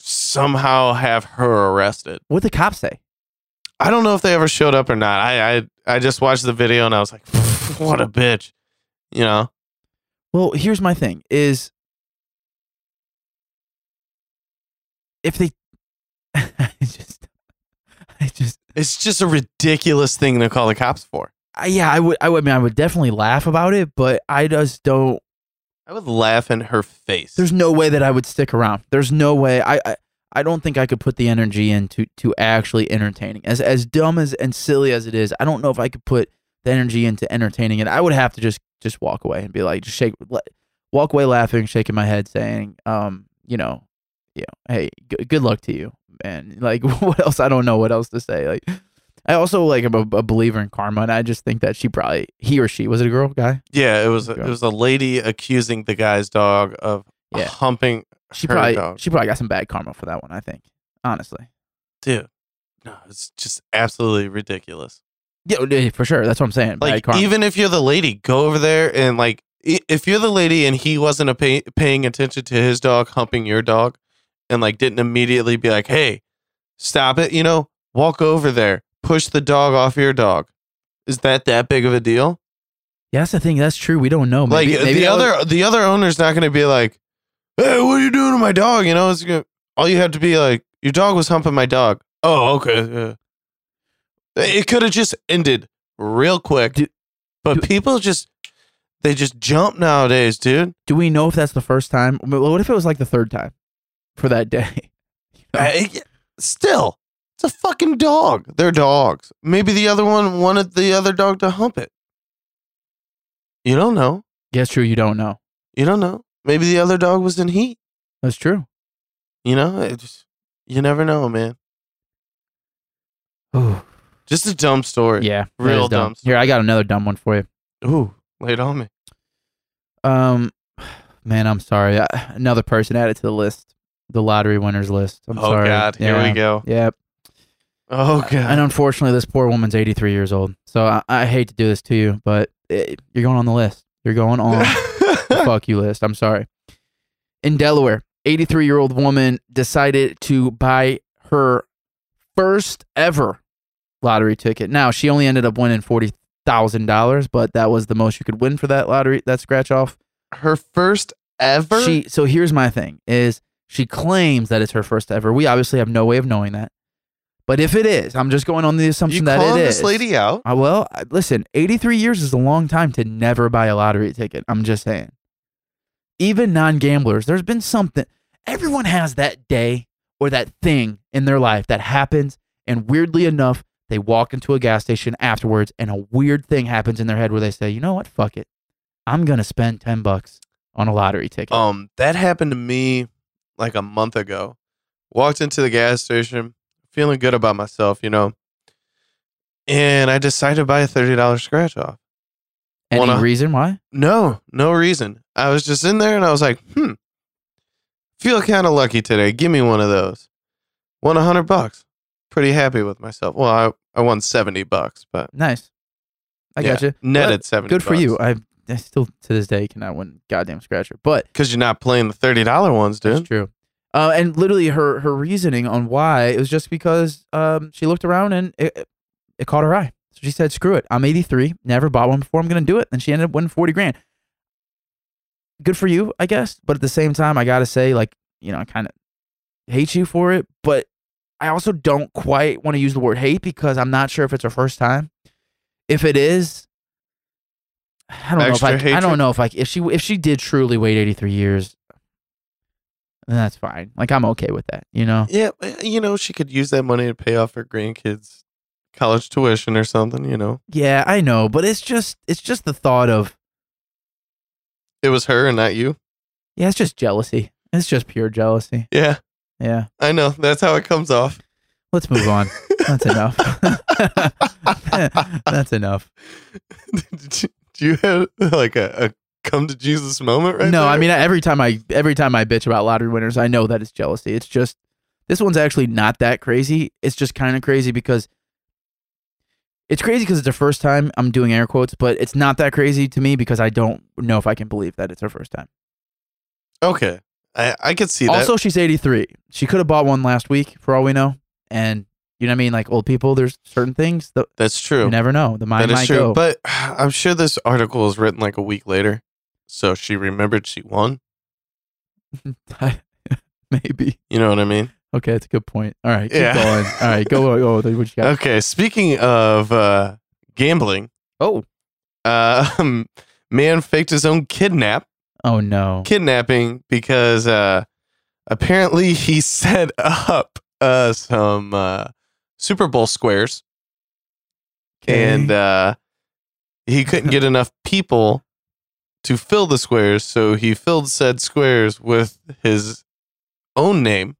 A: somehow have her arrested.
B: What would the cops say?
A: I don't know if they ever showed up or not. I I I just watched the video and I was like, what a bitch, you know?
B: Well, here's my thing: is if they, I just, I just,
A: It's just a ridiculous thing to call the cops for.
B: I, yeah, I would, I would I mean, I would definitely laugh about it, but I just don't.
A: I would laugh in her face.
B: There's no way that I would stick around. There's no way. I, I, I don't think I could put the energy into to actually entertaining. As as dumb as and silly as it is, I don't know if I could put the energy into entertaining it. I would have to just just walk away and be like, just shake, let, walk away laughing, shaking my head, saying, um, you know, you know, hey, g- good luck to you, man. Like, what else? I don't know what else to say. Like, I also like am a, a believer in karma, and I just think that she probably he or she was it a girl guy?
A: yeah, it was
B: Okay.
A: it was a lady accusing the guy's dog of
B: Yeah.
A: humping.
B: She
A: Her
B: probably
A: dog.
B: she probably got some bad karma for that one. I think honestly.
A: Dude, no, it's just absolutely ridiculous.
B: Yeah, oh, yeah, for sure. That's what I'm saying. Bad
A: Like
B: karma.
A: even if you're the lady, go over there and like i- if you're the lady and he wasn't a pay- paying attention to his dog humping your dog, and like didn't immediately be like, "Hey, stop it," you know, walk over there, push the dog off your dog. Is that that big of a deal?
B: yeah, that's the thing. That's true. We don't know. Maybe,
A: like
B: maybe
A: the
B: that was-
A: other the other owner's not going to be like, "Hey, what are you doing to my dog?" You know, it's gonna, all you have to be like, "Your dog was humping my dog." Oh, okay. yeah. It could have just ended real quick,
B: Do-
A: but
B: do-
A: people just they just jump nowadays, dude.
B: do we know if that's the first time? Wh- What if it was like the third time for that day?
A: I- still, it's a fucking dog. They're dogs. Maybe the other one wanted the other dog to hump it. You don't know.
B: yeah, it's true. You don't know.
A: You don't know. Maybe the other dog was in heat.
B: That's true.
A: You know, it just you never know, man.
B: Oh,
A: Just a dumb story.
B: yeah, that
A: Real
B: is dumb.
A: dumb.
B: Here, I got another dumb one for you.
A: Ooh, laid on me.
B: Um, man, I'm sorry. I, another person added to the list, the lottery winners list. I'm
A: oh
B: sorry.
A: God, here we
B: Yeah.
A: go.
B: Yep.
A: Oh God.
B: And unfortunately, this poor woman's 83 years old. So I, I hate to do this to you, but eh, you're going on the list. You're going on the fuck you list. I'm sorry. In Delaware, 83 year old woman decided to buy her first ever lottery ticket. Now she only ended up winning forty thousand dollars, but that was the most you could win for that lottery that scratch off.
A: Her first ever.
B: She so here's my thing is she claims that it's her first ever. We obviously have no way of knowing that. But if it is, I'm just going on the
A: you
B: assumption that
A: calling
B: it is.
A: this lady out?
B: Uh, well, I- listen, 83 years is a long time to never buy a lottery ticket. I'm just saying. Even non gamblers, there's been something. Everyone has that day or that thing in their life that happens. And weirdly enough, they walk into a gas station afterwards and a weird thing happens in their head where they say, you know what? Fuck it. I'm going to spend 10 bucks on a lottery ticket.
A: Um, that happened to me like a month ago. Walked into the gas station, feeling good about myself, you know. And I decided to buy a thirty dollar scratch off.
B: Any
A: wanna-
B: reason why?
A: No, no reason. I was just in there and I was like, hmm, feel kind of lucky today. Give me one of those. Won a hundred bucks. Pretty happy with myself. Well, I, I won seventy bucks, but
B: Nice. I
A: yeah,
B: got gotcha. you.
A: Netted seventy.
B: Good for you. I, I still to this day cannot win goddamn scratcher, but
A: Because you're not playing the thirty dollar ones,
B: That's
A: dude.
B: true. Uh, and literally, her her reasoning on why it was just because um, she looked around and it, it caught her eye. So she said, "Screw it. I'm 83. Never bought one before. I'm gonna do it." And she ended up winning 40 grand. Good for you, I guess. But at the same time, I gotta say, like, you know, I kind of hate you for it, but I also don't quite want to use the word hate because I'm not sure if it's her first time. If it is, I don't
A: Extra
B: know if I, I
A: hatred?
B: don't know if like if she if she did truly wait 83 years, then that's fine. Like I'm okay with that, you know.
A: Yeah, but, you know she could use that money to pay off her grandkids' college tuition or something, you know.
B: Yeah, I know, but it's just it's just the thought of
A: It was her and not you.
B: yeah, it's just jealousy. It's just pure jealousy.
A: Yeah,
B: Yeah.
A: I know. That's how it comes off.
B: Let's move on. That's enough. That's enough.
A: Do you have like a, a come to Jesus moment right
B: no,
A: there?
B: I mean every time I every time I bitch about lottery winners, I know that it's jealousy. It's just this one's actually not that crazy. It's just kind of crazy because it's crazy because it's the first time I'm doing air quotes, but it's not that crazy to me because I don't know if I can believe that it's her first time.
A: okay. I I could see that.
B: Also, she's 83. She could have bought one last week for all we know. And you know what I mean? Like old people, there's certain things that
A: That's true.
B: you never know. The mind
A: that is
B: might
A: true.
B: go.
A: But I'm sure this article was written like a week later, so she remembered she won.
B: Maybe.
A: You know what I mean?
B: Okay, that's a good point. All right, keep
A: Yeah.
B: going. All right, go, go, go. What you got?
A: Okay. Speaking of uh, gambling,
B: Oh.
A: uh, man faked his own kidnap.
B: Oh, no.
A: kidnapping because uh, apparently he set up uh, some uh, Super Bowl squares and uh, he couldn't get enough people to fill the squares. So he filled said squares with his own name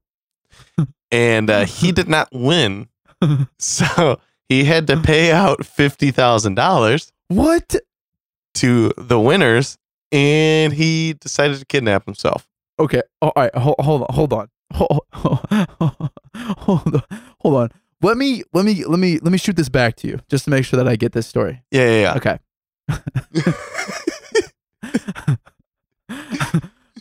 A: and uh, he did not win. uh, So he had to pay out $50,000
B: What?
A: to the winners and he decided to kidnap himself.
B: Okay. Oh, all right. Hold, hold on. Hold on. Hold, hold on. Hold on. Let me let me let me let me shoot this back to you just to make sure that I get this story.
A: Yeah, yeah, yeah.
B: Okay.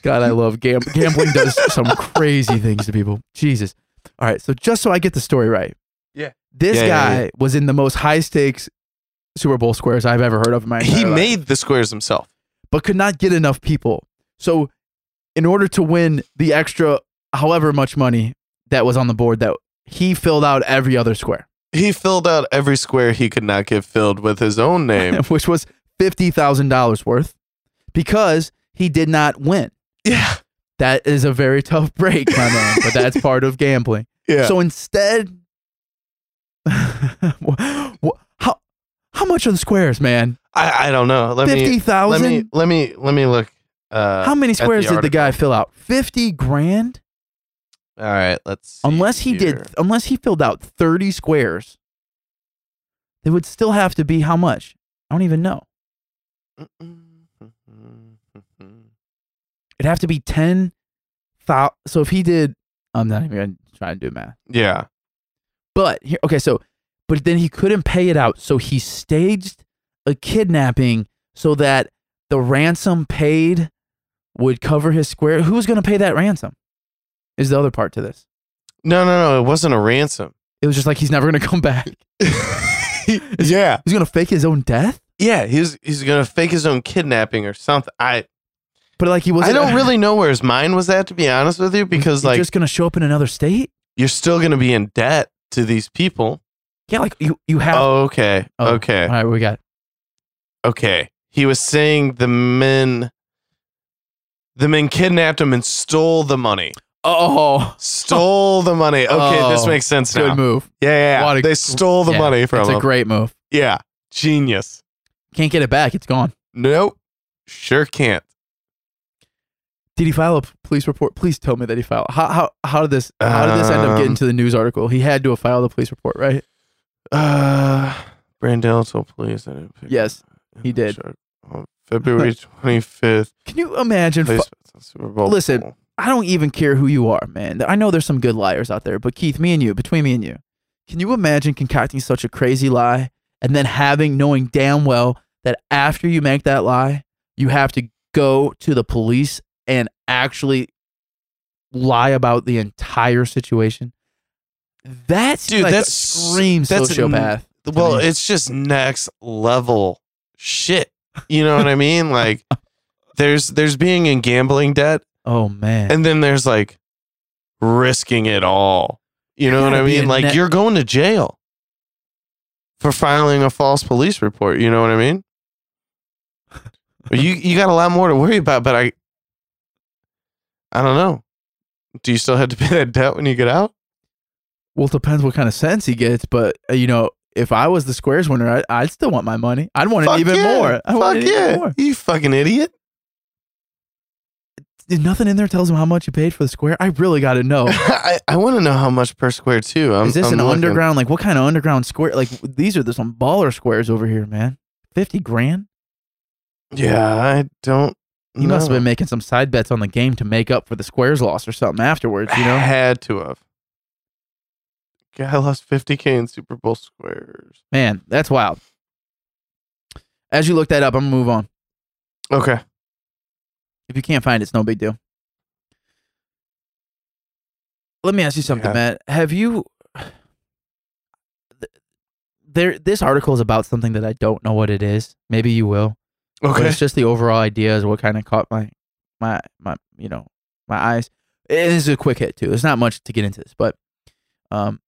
B: God, I love gam- gambling. Does some crazy things to people. Jesus. All right. So just so I get the story right.
A: Yeah.
B: This
A: Yeah, yeah,
B: guy
A: yeah.
B: was in the most high stakes Super Bowl squares I've ever heard of in my entire
A: He
B: life,
A: made the squares himself.
B: but could not get enough people. So, in order to win the extra, however much money that was on the board, that he filled out every other square,
A: He filled out every square he could not get filled with his own name.
B: which was fifty thousand dollars worth, because he did not win.
A: yeah.
B: That is a very tough break, my man, but that's part of gambling.
A: Yeah.
B: So instead, wha- wha- how how much on squares, man?
A: I, I don't know. Let
B: Fifty
A: me let me
B: thousand.
A: let me let me look. Uh,
B: How many
A: the
B: squares did the guy fill out? Fifty grand.
A: all right, let's. see
B: Unless he
A: here.
B: did, unless he filled out thirty squares, it would still have to be how much? I don't even know. It'd have to be ten thousand. So if he did, I'm not even gonna try and do math.
A: Yeah.
B: But here, okay, so, but then he couldn't pay it out, so he staged a kidnapping so that the ransom paid would cover his square. Who was going to pay that ransom? Is the other part to this?
A: No, no, no. It wasn't a ransom.
B: It was just like he's never going to come back.
A: yeah.
B: He's going to fake his own death,
A: Yeah. He's he's gonna fake his own kidnapping or something. I
B: but like he was.
A: I don't really know where his mind was at to be honest with you because like
B: just going to show up in another state.
A: you're still gonna be in debt to these people.
B: Yeah, like you, you have.
A: Oh, okay.
B: Oh,
A: okay.
B: All right, we got. it.
A: okay he was saying the men the men kidnapped him and stole the money
B: Oh,
A: stole the money okay this
B: Oh,
A: makes sense now
B: good move.
A: yeah yeah, yeah.
B: What a-
A: they stole the
B: yeah,
A: money from
B: It's
A: him
B: a great move.
A: yeah genius
B: Can't get it back. It's gone.
A: nope sure can't
B: Did he file a p- police report? Please tell me that he filed. How how how did this how did this end up getting
A: Um,
B: to the news article? He had to have filed a police report, right?
A: uh brandell told police that it
B: Yes, he did.
A: on february 25th
B: Can you imagine? fu-
A: placements on super bowl
B: Listen. I don't even care who you are, man. I know there's some good liars out there, but Keith, me and you, between me and you, can you imagine concocting such a crazy lie and then having knowing damn well that after you make that lie, you have to go to the police and actually lie about the entire situation? That's
A: Dude,
B: like
A: that's-
B: screams
A: that's a n-
B: sociopath.
A: well
B: mean-
A: it's just next level shit you know what i mean like there's there's being in gambling debt
B: Oh man.
A: and then there's like risking it all. You know what I
B: Gotta be a
A: mean? Like
B: net-
A: you're going to jail for filing a false police report. You know what I mean? But you you got a lot more to worry about. But I, I don't know. Do you still have to pay that debt when you get out?
B: well, it depends what kind of sentence he gets, but uh, you know, if I was the squares winner, I, I'd still want my money. I'd want
A: Fuck
B: it even
A: yeah.
B: more. I want
A: Fuck
B: it
A: yeah.
B: even more.
A: You fucking idiot.
B: Dude, nothing in there tells him how much you paid for the square. I really got to know.
A: I, I want to know how much per square too. I'm,
B: Oh. Is this
A: I'm
B: an
A: looking.
B: underground? Like what kind of underground square? Like these are the some baller squares over here, man. Fifty grand.
A: Yeah, I don't.
B: You must have
A: know.
B: been making some side bets on the game to make up for the squares loss or something afterwards. You know.
A: had to have. Guy lost 50k in Super Bowl squares.
B: Man, that's wild. As you look that up, I'm gonna move on.
A: Okay.
B: If you can't find it, it's no big deal. Let me ask you something,
A: Yeah.
B: Matt. Have you Th- there this article is about something that I don't know what it is. Maybe you will. But
A: Okay.
B: it's just the overall idea is what kind of caught my my my you know, my eyes. It is a quick hit too. There's not much to get into this, but um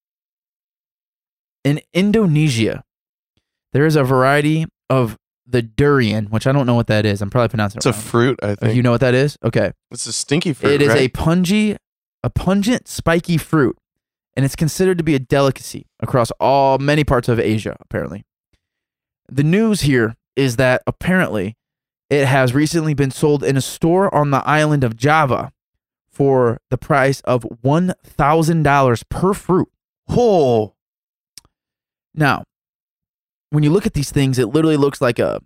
B: in Indonesia, there is a variety of the durian, which I don't know what that is. I'm probably pronouncing
A: It's
B: it
A: a
B: wrong.
A: fruit, I
B: Oh,
A: think.
B: You know what that is? Okay.
A: it's a stinky fruit.
B: it is a
A: right?
B: pungy, a pungent, spiky fruit, and it's considered to be a delicacy across all many parts of Asia. Apparently, the news here is that apparently it has recently been sold in a store on the island of Java for the price of one thousand dollars per fruit.
A: whole.
B: Now, when you look at these things, it literally looks like a,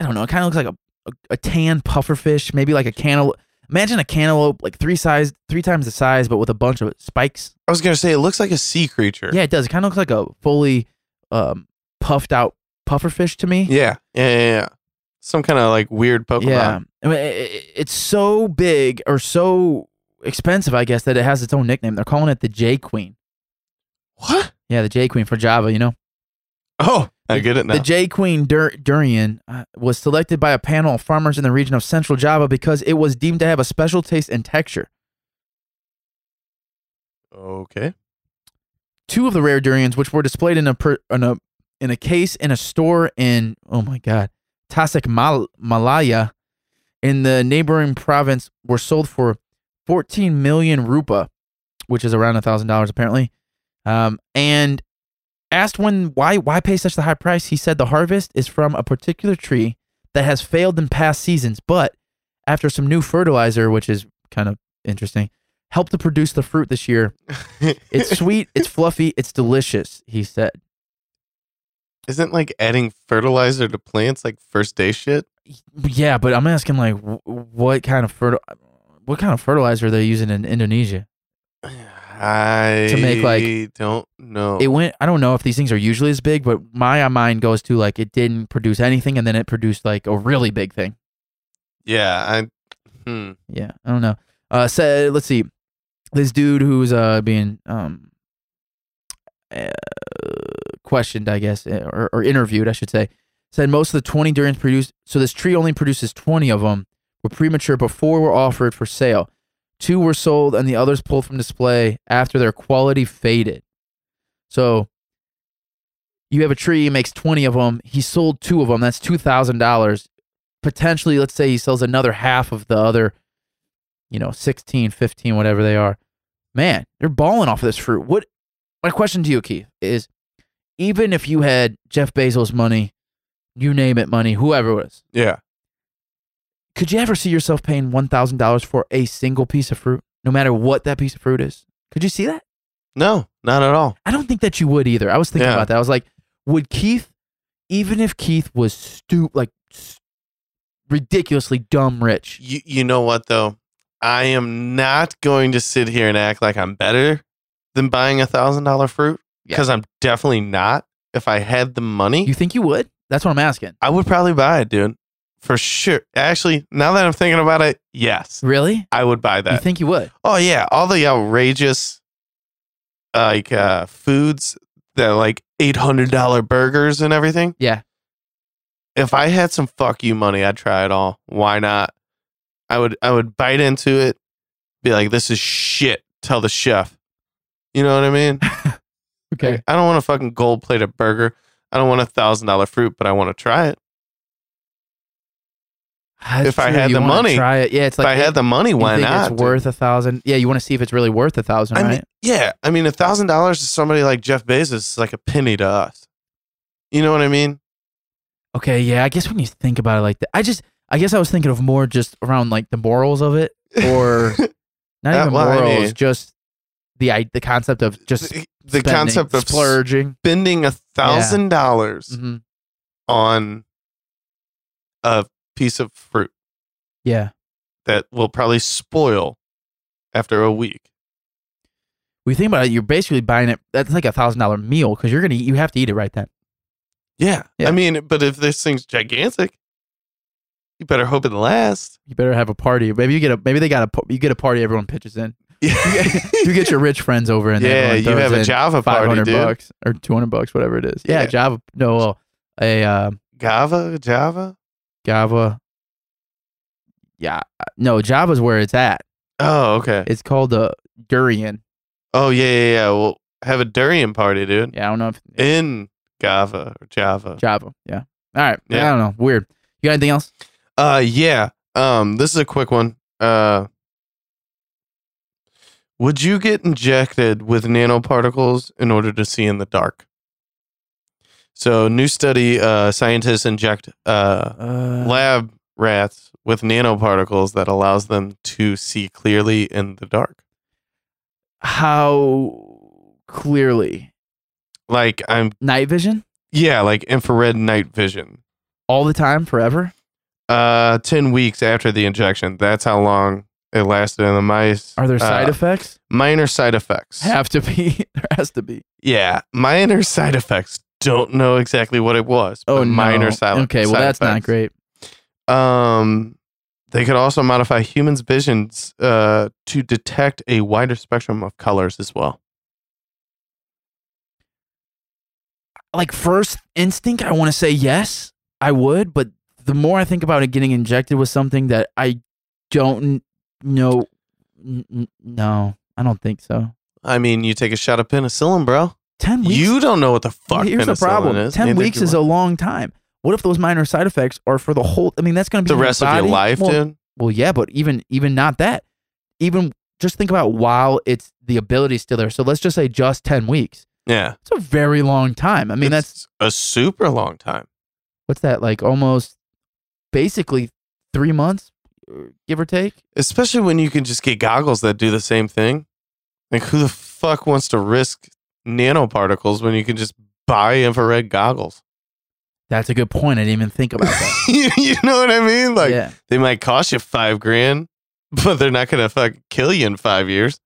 B: I don't know, it kind of looks like a, a, a tan pufferfish, maybe like a cantaloupe. Imagine a cantaloupe, like three size, three times the size, but with a bunch of spikes.
A: I was gonna say it looks like a sea creature.
B: Yeah, it does. It kind of looks like a fully um, puffed out pufferfish to me.
A: Yeah. Yeah. Yeah. yeah. Some kind of like weird Pokemon.
B: Yeah. I mean, i- i- it's so big or so expensive, I guess, that it has its own nickname. They're calling it the J Queen.
A: What?
B: Yeah, the J Queen for Java, you know?
A: Oh, I get it now.
B: The J Queen dur- durian uh, was selected by a panel of farmers in the region of central Java because it was deemed to have a special taste and texture.
A: okay.
B: Two of the rare durians, which were displayed in a per- in a in a case in a store in oh my god Tasik Mal- Malaya, in the neighboring province, were sold for 14 million rupa, which is around a thousand dollars apparently. Um, and asked when why why pay such the high price, he said the harvest is from a particular tree that has failed in past seasons, but after some new fertilizer, which is kind of interesting, helped to produce the fruit this year. It's sweet, it's fluffy, it's delicious, he said.
A: Isn't like adding fertilizer to plants like first day shit?
B: Yeah, but I'm asking like wh- what kind of fertil- what kind of fertilizer they're using in Indonesia?
A: I
B: make, like-
A: don't know.
B: It went I don't know if these things are usually as big, but my mind goes to like it didn't produce anything and then it produced like a really big thing.
A: yeah. I. Hmm.
B: Yeah, I don't know. Uh, so let's see, this dude who's uh being um uh, questioned, I guess, eh, or, or interviewed, I should say, said most of the twenty durians produced. So this tree only produces twenty of them. Were premature before were offered for sale. Two were sold, and the others pulled from display after their quality faded. So you have a tree, he makes twenty of them. He sold two of them. That's two thousand dollars potentially let's say he sells another half of the other you know 16 15 whatever they are man they're balling off of this fruit what my question to you keith is even if you had jeff bezos money you name it money whoever it was
A: Yeah.
B: could you ever see yourself paying $1000 for a single piece of fruit no matter what that piece of fruit is could you see that
A: No, not at all.
B: I don't think that you would either. I was thinking
A: Yeah.
B: about that. I was like, would Keith, even if Keith was stu like s- ridiculously dumb rich,
A: You, you know what though? I am not going to sit here and act like I'm better than buying a thousand dollar fruit
B: Yeah.
A: because I'm definitely not. If I had the money,
B: you think you would? That's what I'm asking.
A: I would probably buy it, dude, for sure. Actually, now that I'm thinking about it, yes,
B: Really?
A: I would buy
B: You
A: that.
B: think you would?
A: oh yeah, all the outrageous like uh, foods that like eight hundred dollar burgers and everything.
B: Yeah.
A: If I had some fuck you money, I'd try it all. Why not? I would I would bite into it, be like, this is shit. Tell the chef. You know what I mean? Like, I don't want a fucking gold plated burger. I don't want a thousand dollar fruit, but I want to try it.
B: Ah, That's
A: If I
B: true.
A: had
B: You
A: the
B: wanna
A: money.
B: try it. Yeah, it's
A: if
B: like
A: I
B: it-
A: had the money,
B: you
A: why
B: think
A: not? dude?
B: It's worth a thousand. Yeah, you want to see if it's really worth a thousand,
A: I
B: right?
A: mean, yeah. I mean, a thousand dollars to somebody like Jeff Bezos is like a penny to us. You know what I mean?
B: okay, yeah. I guess when you think about it like that, I just, I guess I was thinking of more just around like the morals of it, or not
A: Uh,
B: even
A: well, I
B: morals,
A: mean-
B: just the i- the concept of just
A: the, the
B: spending-
A: concept of
B: splurging.
A: spending a thousand dollars
B: Mhm.
A: on a piece of fruit
B: Yeah,
A: that will probably spoil after a week.
B: we think about it. You're basically buying it. That's like a thousand dollar meal because you're gonna, eat- you have to eat it right then.
A: Yeah.
B: Yeah.
A: I mean, but if this thing's gigantic, you better hope it lasts.
B: You better have a party. Maybe you get a, maybe they got a, pa- you get a party. Everyone pitches in. You get your rich friends over and
A: yeah,
B: everyone
A: you
B: throws
A: have a
B: in
A: Java
B: five
A: party,
B: hundred
A: dude.
B: bucks or two hundred bucks, whatever it is. Yeah,
A: Yeah.
B: Java. No, well, a uh,
A: Gava, Java.
B: Java. Yeah, no, Java's where it's at.
A: Oh, okay.
B: It's called a durian.
A: Oh, yeah, yeah, yeah. Well, have a durian party, dude,
B: Yeah, I don't know if
A: in Gava or Java.
B: Java. Yeah. All right.
A: Yeah.
B: I don't know. Weird. You got anything else?
A: Uh, yeah. Um, this is a quick one. Uh, would you get injected with nanoparticles in order to see in the dark? So, new study: uh, scientists inject uh,
B: Uh,
A: lab rats with nanoparticles that allows them to see clearly in the dark.
B: how clearly
A: Like I'm,
B: night vision
A: yeah, like infrared night vision.
B: all the time forever.
A: Uh, ten weeks after the injection. That's how long it lasted in the mice.
B: Are there side
A: Uh,
B: effects?
A: minor side effects?
B: Have to be. there has to be.
A: Yeah, minor side effects. Don't know exactly what it was.
B: Oh
A: but
B: no.
A: minor side.
B: Okay. Well,
A: side
B: that's not
A: effects.
B: great.
A: Um, they could also modify humans' visions uh, to detect a wider spectrum of colors as well.
B: like first instinct, I want to say yes, I would, but the more I think about it, getting injected with something that I don't n- know, n- n- no, I don't think so.
A: I mean, you take a shot of penicillin, bro.
B: Ten weeks.
A: You don't know what the fuck.
B: here's the
A: penicillin
B: problem.
A: Is.
B: Ten
A: Neither
B: weeks
A: do
B: is
A: I.
B: a long time. What if those minor side effects are for the whole? I mean, that's going to be
A: the
B: in
A: rest of your
B: body.
A: life,
B: well,
A: dude.
B: Well, yeah, but even even not that. Even just think about while it's the ability still there. So let's just say just ten weeks.
A: Yeah,
B: It's a very long time. I mean, that's
A: a super long time.
B: what's that like almost basically three months uh, give or take
A: Especially when you can just get goggles that do the same thing. Like, who the fuck wants to risk nanoparticles when you can just buy infrared goggles?
B: that's a good point i didn't even think about that
A: you, you know what I mean? Like,
B: yeah
A: they might cost you five grand, but they're not going to fuck kill you in five years.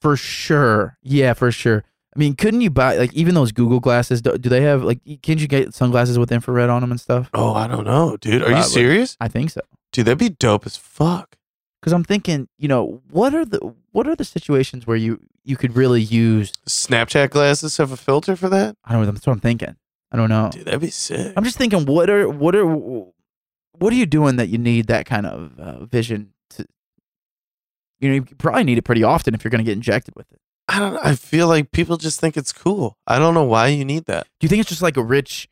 B: for sure yeah for sure i mean couldn't you buy like even those google glasses do, do they have like can't you get sunglasses with infrared on them and stuff
A: Oh, I don't know, dude. Are
B: Probably.
A: you serious?
B: i think so
A: Dude, that'd be dope as fuck.
B: because i'm thinking you know what are the what are the situations where you you could really use
A: Snapchat glasses have a filter for that?
B: i don't know that's what i'm thinking i don't know
A: Dude, that'd be sick.
B: Oh. i'm just thinking what are what are what are you doing that you need that kind of uh, vision to you know you probably need it pretty often if you're going to get injected with it
A: I don't know. I feel like people just think it's cool. I don't know why you need that.
B: do you think it's just like a rich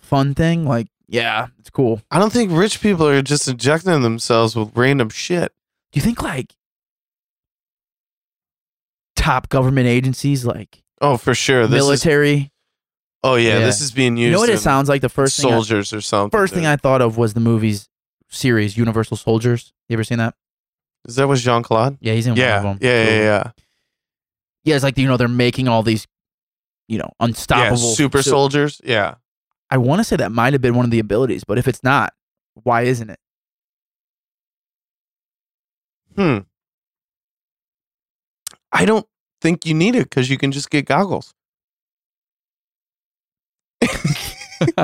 B: fun thing like yeah it's cool do
A: I don't think rich people are just injecting themselves with random shit.
B: you think like top government agencies like
A: Oh, for sure. This is,
B: military
A: oh yeah,
B: Yeah.
A: this is being used.
B: you know what
A: in
B: it sounds like the first thing I,
A: soldiers or something.
B: first thing
A: dude.
B: i thought of was the movies series universal soldiers you ever seen that
A: is that was Jean Claude.
B: yeah he's in
A: Yeah,
B: one of them
A: yeah, yeah,
B: Cool.
A: yeah.
B: yeah, it's like you know they're making all these, you know,
A: yeah,
B: unstoppable
A: super
B: so-
A: soldiers. Yeah,
B: I want to say that might have been one of the abilities, but if it's not, why isn't it?
A: Hmm. I don't think you need it because you can just get goggles.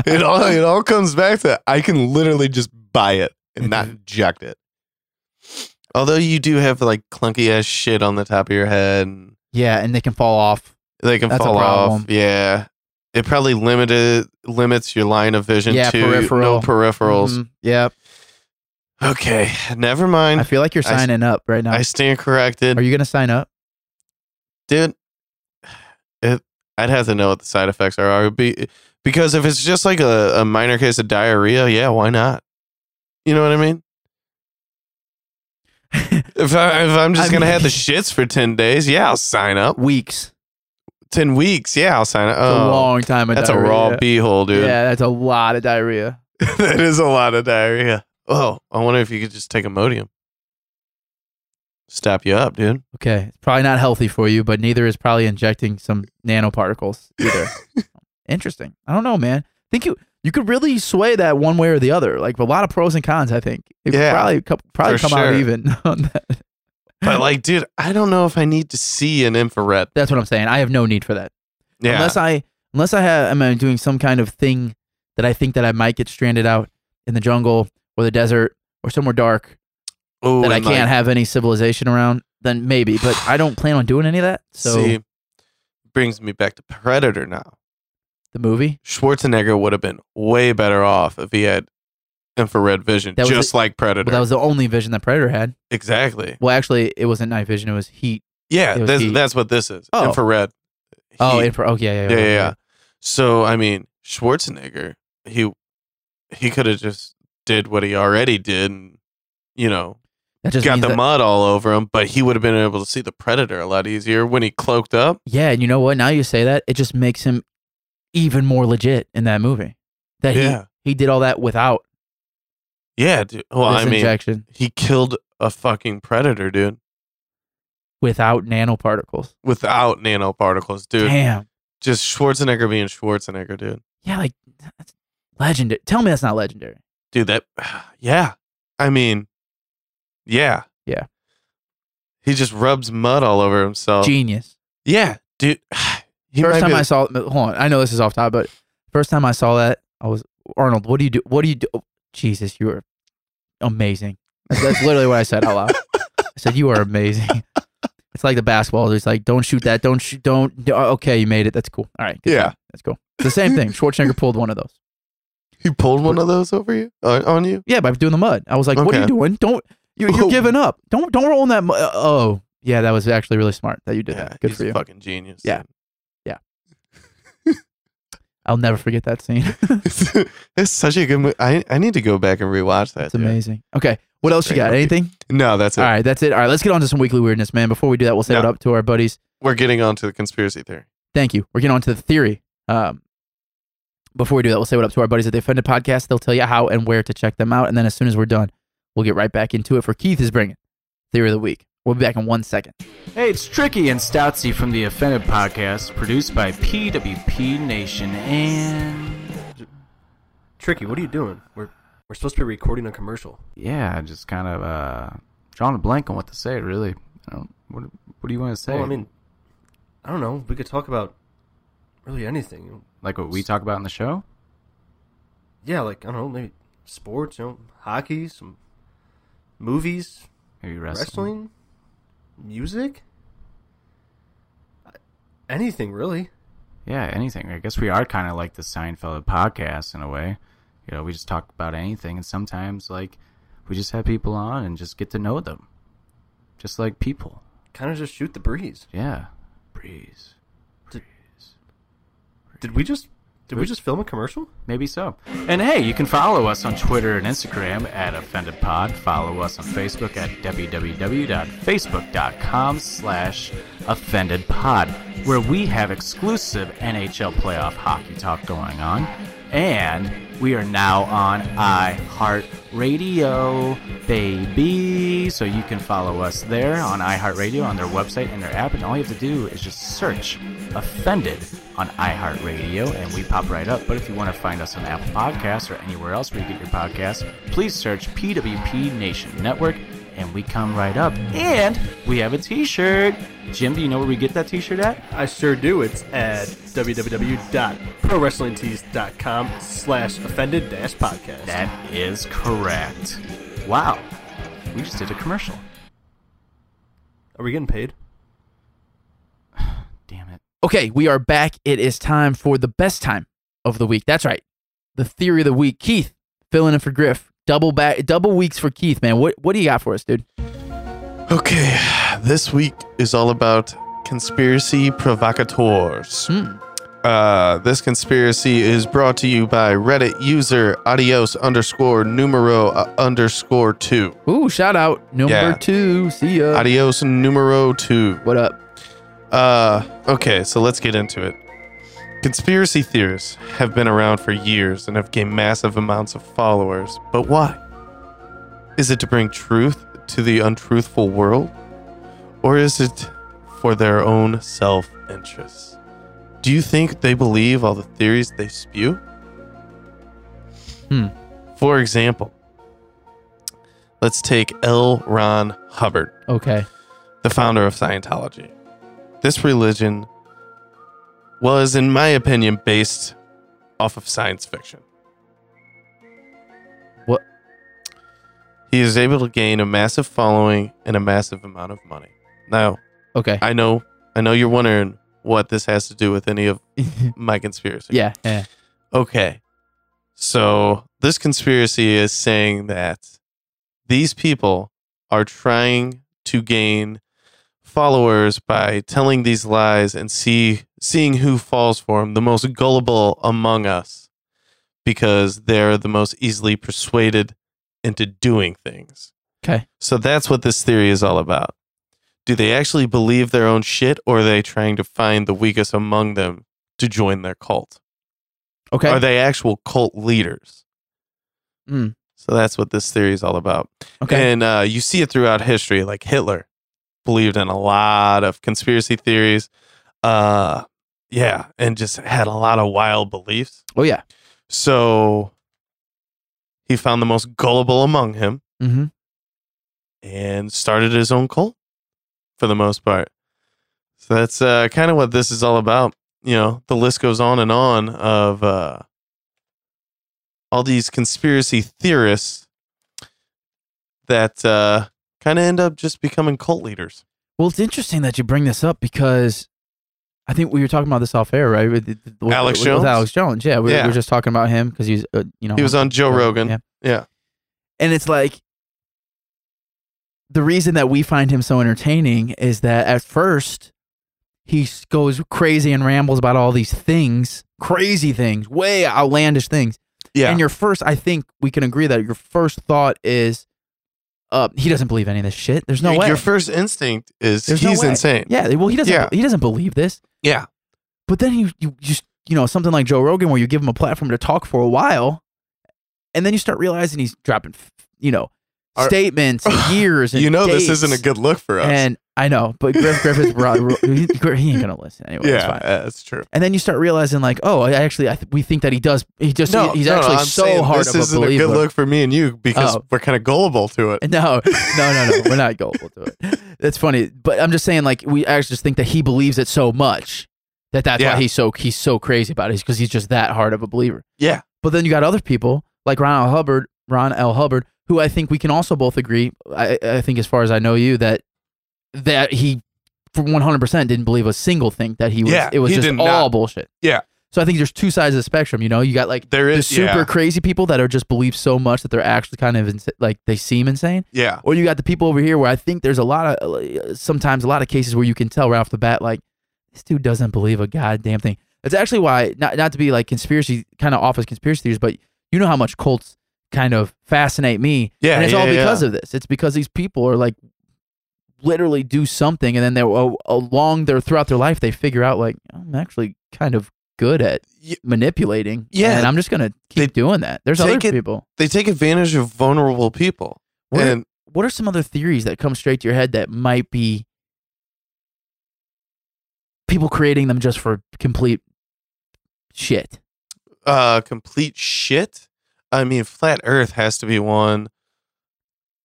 A: It all it all comes back to I can literally just buy it and not
B: Mm-hmm.
A: inject it. Although you do have like clunky ass shit on the top of your head, and
B: yeah, and they can fall off.
A: they can
B: That's a
A: fall off.
B: problem.
A: Yeah, it probably limited limits your line of vision
B: Yeah,
A: to
B: peripheral.
A: no peripherals.
B: Mhm. Yeah,
A: Okay, never
B: I
A: mind.
B: feel like you're
A: I s-
B: signing up right now.
A: I stand corrected.
B: Are you gonna sign up?
A: dude. It, I'd have to know what the side effects are. It would be Because if it's just like a, a minor case of diarrhea, yeah, why not? You know what I mean? if, I, if I'm just
B: I
A: going to
B: mean-
A: have the shits for 10 days, yeah, I'll sign up.
B: Weeks.
A: 10 weeks, yeah, I'll sign up.
B: It's a
A: Oh,
B: long time of
A: that's a
B: diarrhea.
A: raw beehole, dude.
B: Yeah, that's a lot of diarrhea.
A: that is a lot of diarrhea. Oh, I wonder if you could just take Imodium. Stop you up, dude.
B: Okay, it's probably not healthy for you, but neither is probably injecting some nanoparticles either. Interesting. I don't know, man. I think you you could really sway that one way or the other. Like a lot of pros and cons. I think it could
A: Yeah,
B: probably co- probably
A: for
B: come out
A: sure.
B: even. on that.
A: But like, dude, I don't know if I need to see an infrared.
B: That's what I'm saying. I have no need for that.
A: Yeah.
B: Unless I unless I have am I doing some kind of thing that I think that I might get stranded out in the jungle or the desert or somewhere dark
A: Ooh,
B: that I
A: and,
B: can't
A: like,
B: have any civilization around, then maybe. But I don't plan on doing any of that. So
A: See, brings me back to Predator now.
B: the movie.
A: Schwarzenegger would have been way better off if he had infrared vision,
B: That was
A: just
B: the-
A: like Predator.
B: Well, that was the only vision that Predator had.
A: exactly.
B: Well, actually, it wasn't night vision. It was heat.
A: Yeah,
B: It was
A: that's,
B: heat.
A: that's what this is.
B: Oh.
A: Infrared.
B: Oh,
A: Heat.
B: it, oh yeah, yeah,
A: yeah, yeah, yeah. So I mean, Schwarzenegger, he he could have just did what he already did, and you know,
B: That just
A: got
B: means
A: the
B: that-
A: mud all over him. But he would have been able to see the predator a lot easier when he cloaked up.
B: yeah, and you know what? Now you say that, it just makes him even more legit in that movie. That
A: Yeah.
B: he he did all that without
A: Yeah, dude. Well,
B: this
A: I mean,
B: injection,
A: he killed a fucking predator, dude,
B: without nanoparticles.
A: without nanoparticles, dude.
B: Damn.
A: Just Schwarzenegger being Schwarzenegger, dude.
B: Yeah, like that's legendary. Tell me that's not legendary.
A: Dude, that. Yeah, I mean, yeah,
B: Yeah.
A: He just rubs mud all over himself.
B: Genius.
A: Yeah, dude. He might
B: first time
A: be-
B: I saw hold on, I know this is off top, but first time I saw that, I was Arnold, what do you do? What do you do? oh, Jesus, you are amazing. That's, that's literally what I said out loud. I said, You are amazing. It's like the basketball. It's like, don't shoot that. Don't shoot. Don't. do- oh, Okay, you made it. That's cool. All right. good
A: Yeah.
B: job. That's cool. It's the same thing. Schwarzenegger pulled one of those.
A: He pulled one of those over you on, on you.
B: Yeah, by doing the mud. I was like, what are you
A: Okay.
B: doing? Don't. You're, you're
A: Oh.
B: giving up. Don't don't roll in that. Mu- oh, yeah, that was actually really smart that you did that. Good
A: he's
B: for you.
A: Fucking genius.
B: Yeah. I'll never forget that scene.
A: it's such a good movie. I, I need to go back and rewatch that.
B: That's
A: dude.
B: amazing. Okay. What else you
A: Great
B: got?
A: movie.
B: Anything?
A: No, that's it.
B: All right, that's it. All right, let's get on to some weekly weirdness, man. Before we do that, we'll save it
A: No.
B: up to our buddies.
A: We're getting on to the conspiracy theory.
B: Thank you. We're getting on to the theory. Um, before we do that, we'll save it up to our buddies at the Offended Podcast. They'll tell you how and where to check them out. And then as soon as we're done, we'll get right back into it for Keith is bringing Theory of the Week. We'll be back in one second.
C: Hey, it's Tricky and Stoutsy from the Offended Podcast, produced by PWP Nation and.
D: Tricky, what are you doing? We're we're supposed to be recording a commercial.
C: Yeah, just kind of uh, drawing a blank on what to say, really. I don't, what, what do you want to say?
D: Well, I mean, I don't know. We could talk about really anything.
C: like what we talk about in the show?
D: Yeah, like I don't know, maybe sports, you know, hockey, some movies,
C: Maybe wrestling?
D: wrestling, music, anything really.
C: Yeah, anything. I guess we are kind of like the Seinfeld podcast in a way. You know, we just talk about anything, and sometimes, like, we just have people on and just get to know them. Just like people.
D: Kind of just shoot the breeze.
C: Yeah. Breeze.
D: Did-
C: Breeze.
D: Did we just did we just film a commercial?
C: Maybe so. And hey, you can follow us on Twitter and Instagram at OffendedPod. Follow us on Facebook at www.facebook.com slash OffendedPod, where we have exclusive NHL playoff hockey talk going on. And we are now on iHeartRadio, baby. So you can follow us there on iHeartRadio, on their website and their app. And all you have to do is just search Offended on iHeartRadio, and we pop right up. But if you want to find us on Apple Podcasts or anywhere else where you get your podcasts, please search PWP Nation Network, and we come right up. And we have a T-shirt. Jim, do you know where we get that T-shirt at?
D: I sure do. It's at www.prowrestlingtees.com slash offended dash podcast.
C: That is correct. Wow, we just did a commercial.
D: Are we getting paid?
C: Damn it.
B: Okay, we are back. It is time for the best time of the week. That's right. The theory of the week. Keith, filling in for Griff. Double back double weeks for Keith, man. What what do you got for us, dude?
A: Okay,
B: Hmm.
A: this week is all about conspiracy provocateurs. Uh, this conspiracy is brought to you by Reddit user adios underscore numero uh, underscore two.
B: Ooh, shout out number
A: Yeah.
B: two. See ya.
A: Adios numero two.
B: what up?
A: Uh, okay, so let's get into it. Conspiracy theorists have been around for years and have gained massive amounts of followers, but why? Is it to bring truth to the untruthful world? Or is it for their own self interests? Do you think they believe all the theories they spew?
B: Hmm.
A: For example, let's take L. Ron Hubbard
B: Okay.
A: the founder of Scientology. This religion was, in my opinion, based off of science fiction.
B: What?
A: He is able to gain a massive following and a massive amount of money. Now,
B: Okay.
A: I know, I know you're wondering what this has to do with any of my conspiracy.
B: yeah. Yeah.
A: Okay. So this conspiracy is saying that these people are trying to gain followers by telling these lies and see seeing who falls for them, the most gullible among us, because they're the most easily persuaded into doing things.
B: Okay.
A: So that's what this theory is all about. Do they actually believe their own shit or are they trying to find the weakest among them to join their cult?
B: Okay.
A: Are they actual cult leaders?
B: Mm.
A: So that's what this theory is all about.
B: okay.
A: And uh, you see it throughout history. Like Hitler believed in a lot of conspiracy theories. Uh, yeah, and just had a lot of wild beliefs.
B: oh yeah.
A: So he found the most gullible among him
B: Mm-hmm.
A: and started his own cult for the most part. So that's uh, kind of what this is all about. You know, the list goes on and on of uh, all these conspiracy theorists that uh, kind of end up just becoming cult leaders.
B: Well, it's interesting that you bring this up because I think we were talking about this off air, right? With, with- with-
A: Alex
B: with
A: Jones?
B: Alex Jones. Yeah. We,
A: Yeah.
B: we were just talking about him because he's, uh, you know,
A: He was on Joe Rogan.
B: Yeah.
A: Yeah.
B: And it's like the reason that we find him so entertaining is that at first he s- goes crazy and rambles about all these things, crazy things, way outlandish things.
A: Yeah.
B: And your first, I think we can agree that your first thought is, uh, he doesn't believe any of this shit. There's no
A: your,
B: way.
A: your first instinct is
B: There's no
A: he's
B: way.
A: insane.
B: yeah. Well, he doesn't.
A: Yeah.
B: He doesn't believe this.
A: Yeah.
B: But then you you just you know something like Joe Rogan where you give him a platform to talk for a while, and then you start realizing he's dropping f- you know
A: Our-
B: statements and years. And
A: You know, this
B: dates.
A: isn't a good look for us.
B: And I know, but Griff Griffiths, he he ain't gonna listen anyway. it's
A: yeah,
B: fine.
A: uh, that's true.
B: And then you start realizing like, oh, I actually I th- we think that he does. He just he- he's actually
A: I'm
B: so
A: saying
B: hard
A: This
B: of
A: isn't a
B: believer.
A: good look for me and you because
B: Oh.
A: we're kind of gullible to it.
B: No, no, no, no. We're not gullible to it. That's funny, but I'm just saying, like, we I just think that he believes it so much that that's
A: Yeah.
B: why he's so he's so crazy about it, because he's just that hard of a believer.
A: Yeah.
B: But then you got other people like Ron L. Hubbard, Ron L. Hubbard, who I think we can also both agree. I, I think, as far as I know you, that that he for 100 percent didn't believe a single thing that he was.
A: Yeah,
B: it was
A: he
B: just
A: did
B: all
A: not.
B: bullshit.
A: Yeah.
B: So I think there's two sides of the spectrum. You know, you got like
A: There
B: the
A: is
B: super crazy people that are just believe so much that they're actually kind of ins- like they seem insane
A: yeah,
B: or you got the people over here where I think there's a lot of uh, sometimes a lot of cases where you can tell right off the bat like this dude doesn't believe a goddamn thing. That's actually why not not to be like conspiracy kind of office conspiracy theories, but you know how much cults kind of fascinate me.
A: Yeah,
B: and it's all
A: yeah,
B: because of this. It's because these people are like literally do something and then they're oh, along their throughout their life they figure out like I'm actually kind of good at
A: Ye-
B: manipulating.
A: Yeah.
B: and I'm just gonna keep doing that. There's other
A: take it-
B: people.
A: they take advantage of vulnerable people.
B: What-
A: and
B: what are some other theories that come straight to your head that might be people creating them just for complete shit?
A: uh, complete shit. I mean, flat Earth has to be one.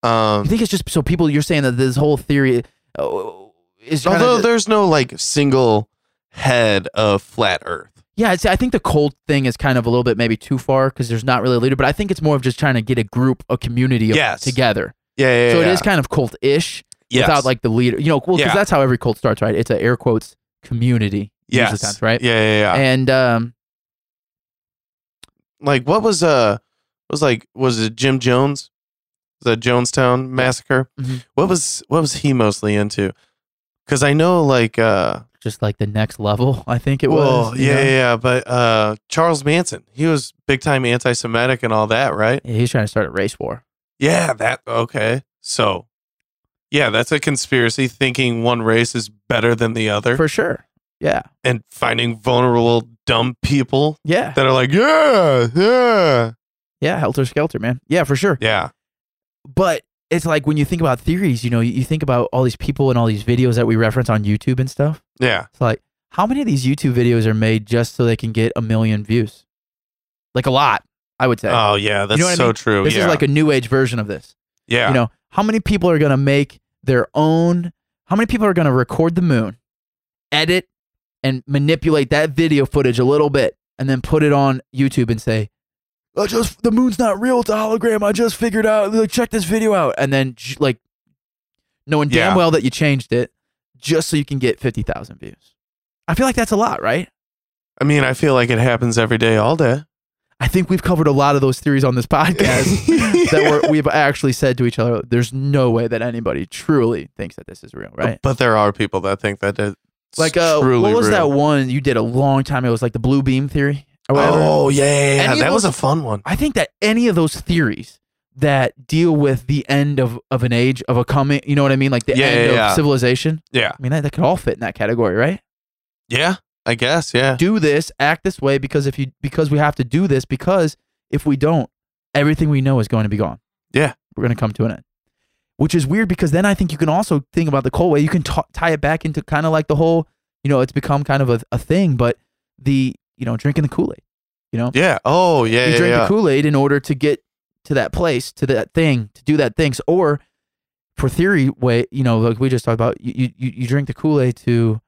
A: Um,
B: You think it's just so people? You're saying that this whole theory uh, is trying
A: although
B: to-
A: there's no like single head of flat Earth.
B: yeah. I'd say I think the cold thing is kind of a little bit maybe too far because there's not really a leader, but I think it's more of just trying to get a group, a community of,
A: Yes.
B: together.
A: Yeah, yeah,
B: so
A: yeah.
B: it is kind of cult-ish
A: yes.
B: without like the leader. You know, well, because
A: Yeah.
B: that's how every cult starts, right? It's a air quotes community, usually
A: yes,
B: times, right?
A: Yeah, yeah, yeah.
B: And um,
A: like what was uh was like was it Jim Jones? The Jonestown massacre.
B: Mhm.
A: What was what was he mostly into? Because I know, like, uh,
B: Just like the next level, I think it
A: well,
B: was. you
A: yeah,
B: know?
A: yeah, yeah, but uh, Charles Manson, he was big time anti Semitic and all that, right?
B: Yeah, He's trying to start a race war.
A: Yeah, that, okay. So, yeah, that's a conspiracy thinking one race is better than the other
B: For sure. Yeah.
A: and finding vulnerable, dumb people
B: Yeah.
A: that are like, yeah, yeah,
B: Yeah. Helter Skelter, man. Yeah, for sure.
A: yeah,
B: But it's like when you think about theories, you know, you, you think about all these people and all these videos that we reference on YouTube and stuff.
A: yeah.
B: It's like, how many of these YouTube videos are made just so they can get a million views? Like a lot, I would say.
A: Oh, yeah, that's
B: know what I
A: so
B: mean?
A: true.
B: this
A: yeah.
B: is like a new age version of this.
A: yeah.
B: You know, how many people are going to make their own? How many people are going to record the moon, edit, and manipulate that video footage a little bit, and then put it on YouTube and say, "I just the moon's not real. It's a hologram. I just figured out. Like, check this video out." And then j- like knowing damn
A: Yeah.
B: well that you changed it just so you can get fifty thousand views. I feel like that's a lot, right?
A: I mean, I feel like it happens every day, all day.
B: I think we've covered a lot of those theories on this podcast. that we're, we've actually said to each other, there's no way that anybody truly thinks that this is real, right?
A: But there are people that think that it's
B: Like, uh,
A: truly
B: what was
A: real.
B: that one you did a long time ago? It was like the blue beam theory or whatever.
A: Oh yeah, yeah, yeah.
B: Any of
A: that was a
B: those-
A: fun one.
B: I think that any of those theories that deal with the end of, of an age, of a coming, you know what I mean? Like the
A: Yeah,
B: end
A: yeah,
B: of
A: yeah.
B: civilization.
A: Yeah,
B: I mean, that, that could all fit in that category, right?
A: yeah. I guess yeah.
B: Do this, act this way because if you, because we have to do this, because if we don't, everything we know is going to be gone.
A: Yeah.
B: We're going to come to an end. Which is weird because then I think you can also think about the cold way. You can t- tie it back into kind of like the whole, you know, it's become kind of a, a thing, but the, you know, drinking the Kool Aid, you know?
A: Yeah. Oh yeah.
B: you
A: yeah,
B: drink
A: yeah.
B: the Kool Aid in order to get to that place, to that thing, to do that thing. So, or for theory way, you know, like we just talked about, you, you- you, you drink the Kool Aid to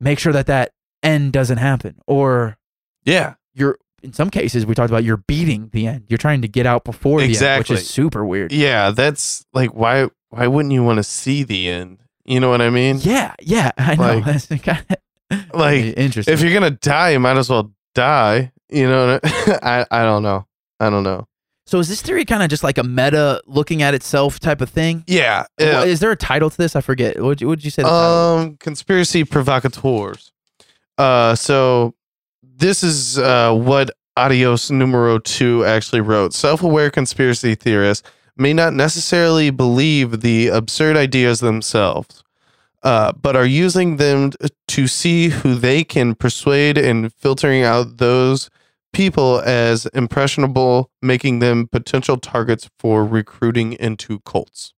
B: make sure that that end doesn't happen. Or
A: yeah.
B: you're, in some cases, we talked about you're beating the end. You're trying to get out before the
A: Exactly.
B: end, which is super weird.
A: Yeah. That's like why why wouldn't you want to see the end? You know what I mean?
B: Yeah, yeah, I know.
A: Like-
B: That's kind of
A: Like,
B: interesting.
A: If you're gonna die, you might as well die. You know? What I, I I don't know. I don't know.
B: so is this theory kind of just like a meta looking at itself type of thing?
A: Yeah.
B: Wha-
A: yeah.
B: Is there a title to this? I forget. What would you say? The title was?
A: Um, conspiracy provocateurs. Uh, so this is uh what Adios Numero Two actually wrote. Self-aware conspiracy theorists may not necessarily believe the absurd ideas themselves, uh, but are using them to see who they can persuade and filtering out those people as impressionable, making them potential targets for recruiting into cults.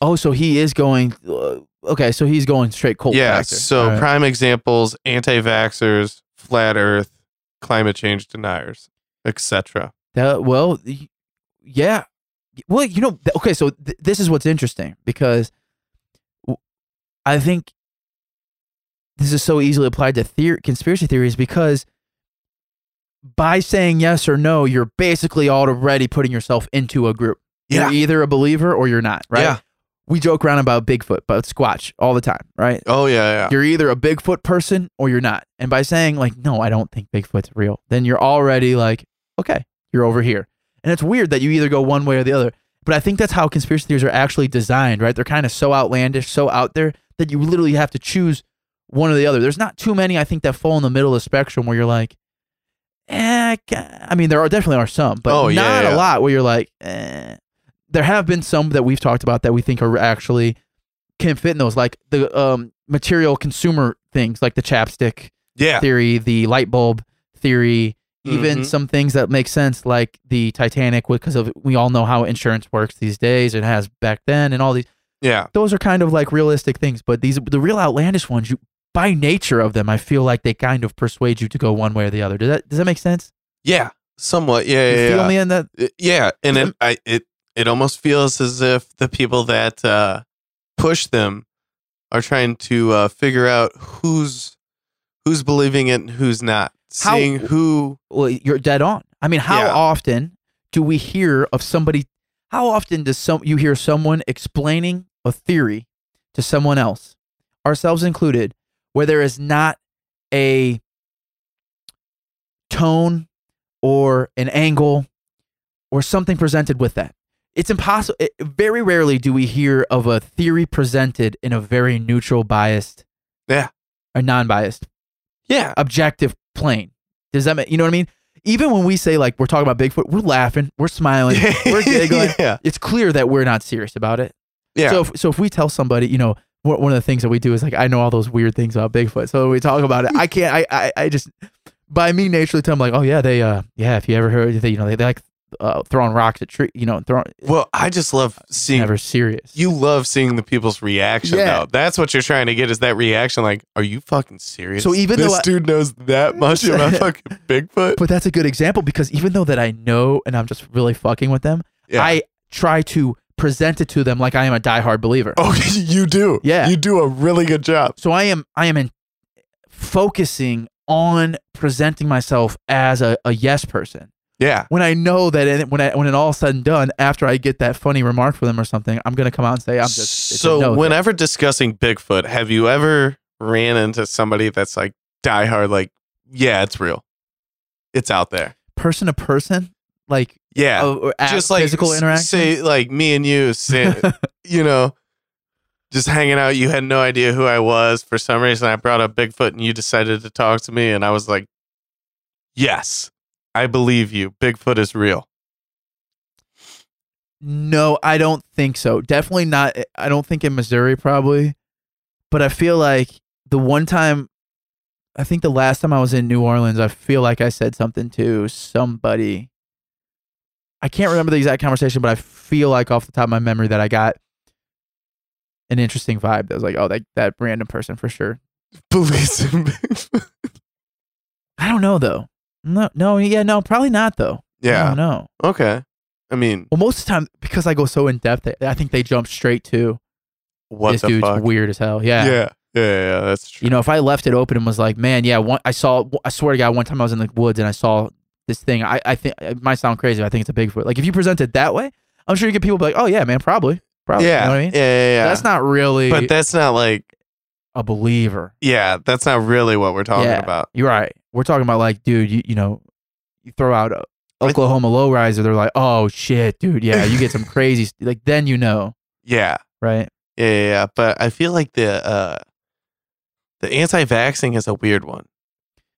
B: Oh, so he is going. Uh, okay, so he's going straight cold.
A: yeah
B: factor.
A: so
B: All right.
A: prime examples anti-vaxxers flat earth climate change deniers etc
B: That- well, y- yeah. Well, you know, th- okay, so th- this is what's interesting because w- I think this is so easily applied to theor- conspiracy theories because by saying yes or no, you're basically already putting yourself into a group. You're either a believer or you're not, right?
A: Yeah.
B: We joke around about Bigfoot, about Squatch all the time, right?
A: oh yeah yeah
B: you're either a Bigfoot person or you're not. And by saying like, no, I don't think Bigfoot's real, then you're already like, okay, you're over here. And it's weird that you either go one way or the other. But I think that's how conspiracy theories are actually designed, right? They're kind of so outlandish, so out there that you literally have to choose one or the other. There's not too many I think that fall in the middle of the spectrum where you're like, eh, I ca- I mean, there are definitely are some, but
A: Oh,
B: not
A: yeah,
B: a
A: yeah.
B: lot where you're like, eh. There have been some that we've talked about that we think are actually can fit in those, like the um, material consumer things, like the chapstick
A: yeah
B: theory, the light bulb theory, even
A: Mhm.
B: some things that make sense, like the Titanic, because of we all know how insurance works these days. It has back then, and all these.
A: yeah
B: Those are kind of like realistic things, but these the real outlandish ones. You by nature of them, I feel like they kind of persuade you to go one way or the other. Does that does that make sense?
A: yeah somewhat yeah
B: you
A: yeah
B: feel
A: yeah.
B: me in that?
A: It- yeah and it, I, it it almost feels as if the people that uh push them are trying to uh figure out who's who's believing it and who's not
B: How-
A: seeing who
B: well, you're dead on. I mean, how
A: Yeah.
B: often do we hear of somebody? How often does some you hear someone explaining a theory to someone else, ourselves included, where there is not a tone or an angle or something presented with that? it's impossible. very rarely do we hear of a theory presented in a very neutral, biased,
A: Yeah.
B: or non-biased,
A: Yeah.
B: objective plane. Does that mean you know what I mean? Even when we say like we're talking about Bigfoot, we're laughing, we're smiling, we're giggling.
A: yeah.
B: It's clear that we're not serious about it.
A: Yeah.
B: So if, so if we tell somebody, you know, one one of the things that we do is like I know all those weird things about Bigfoot, so we talk about it. I can't. I I, I just by me naturally tell them like, oh yeah, they uh yeah. If you ever heard, they, you know, they, they like uh, throwing rocks at tree, you know, throwing
A: well, I just love seeing
B: never serious.
A: you love seeing the people's reaction
B: Yeah.
A: though. That's what you're trying to get is that reaction like, are you fucking serious?
B: So even
A: this
B: though I-
A: dude knows that much about fucking Bigfoot.
B: but that's a good example because even though that I know and I'm just really fucking with them,
A: Yeah.
B: I try to present it to them like I am a diehard believer.
A: Oh, you do.
B: Yeah.
A: You do a really good job.
B: So I am I am in focusing on presenting myself as a, a yes person.
A: Yeah.
B: When I know that it, when I when it all said and done, after I get that funny remark from them or something, I'm gonna come out and say I'm just it's a
A: so
B: no thing.
A: whenever discussing Bigfoot, have you ever ran into somebody that's like diehard, like, yeah, it's real. It's out there.
B: person to person like
A: Yeah.
B: uh, or at
A: just like
B: physical
A: s-
B: interaction.
A: Say like me and you, say, you know, just hanging out. You had no idea who I was for some reason. I brought up Bigfoot, and you decided to talk to me, and I was like, "Yes, I believe you. Bigfoot is real."
B: No, I don't think so. Definitely not. eh, I don't think in Missouri, probably. But I feel like the one time, I think the last time I was in New Orleans, I feel like I said something to somebody. I can't remember the exact conversation, but I feel like off the top of my memory that I got an interesting vibe. That was like, oh, that that random person for sure.
A: Believes in Bigfoot.
B: I don't know though. No, no, yeah, no, probably not though. I
A: Yeah.
B: don't know.
A: Okay. I mean,
B: Well, most of the time because I go so in depth, I- I think they jump straight to
A: what
B: this
A: the
B: dude's
A: fuck?
B: weird as hell.
A: Yeah. yeah. Yeah. Yeah. That's true.
B: You know, if I left it open and was like, man, yeah, one, I saw, I swear to God, one time I was in the woods and I saw this thing. I, I think it might sound crazy. But I think it's a Bigfoot. Like, if you present it that way, I'm sure you get people be like, oh, yeah, man, probably. Probably.
A: yeah.
B: You know what I mean?
A: Yeah. Yeah. yeah.
B: That's not really
A: But that's not like.
B: a believer.
A: Yeah. That's not really what we're talking
B: Yeah.
A: about.
B: You're right. We're talking about, like, dude, you, you know, you throw out a
A: I-
B: Oklahoma low riser, they're like, oh, shit, dude. Yeah, you get some crazy, st- like, then you know,
A: Yeah.
B: right?
A: Yeah, yeah, yeah. But I feel like the uh the anti-vaxxing is a weird one.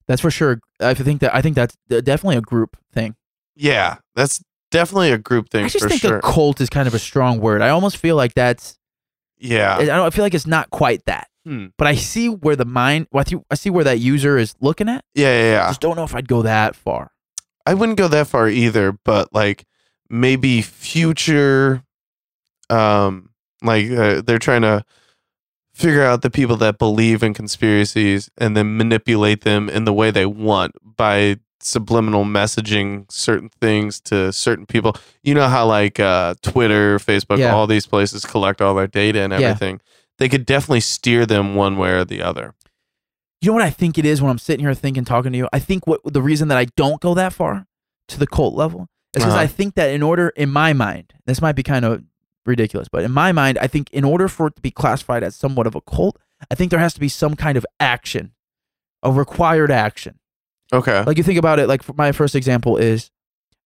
B: That's for sure. I think that, I think that's uh, definitely a group thing.
A: Yeah, that's definitely a group thing
B: I just
A: for
B: think
A: sure.
B: a cult is kind of a strong word. I almost feel like that's, I
A: yeah,
B: don't. I feel like it's not quite that.
A: Ah. Hmm.
B: But I see where the mind. Well, I, see, I see where that user is looking at.
A: yeah, yeah,
B: I
A: yeah.
B: just don't know if I'd go that far.
A: I wouldn't go that far either, but like maybe future, um, like uh, they're trying to figure out the people that believe in conspiracies and then manipulate them in the way they want by subliminal messaging certain things to certain people. You know how like uh, Twitter, Facebook,
B: Yeah.
A: all these places collect all their data and
B: Yeah.
A: everything. They could definitely steer them one way or the other.
B: You know what I think it is when I'm sitting here thinking, talking to you. I think what the reason that I don't go that far to the cult level is because
A: Uh-huh.
B: I think that in order, in my mind, this might be kind of ridiculous, but in my mind, I think in order for it to be classified as somewhat of a cult, I think there has to be some kind of action, a required action.
A: Okay.
B: like you think about it like for my first example is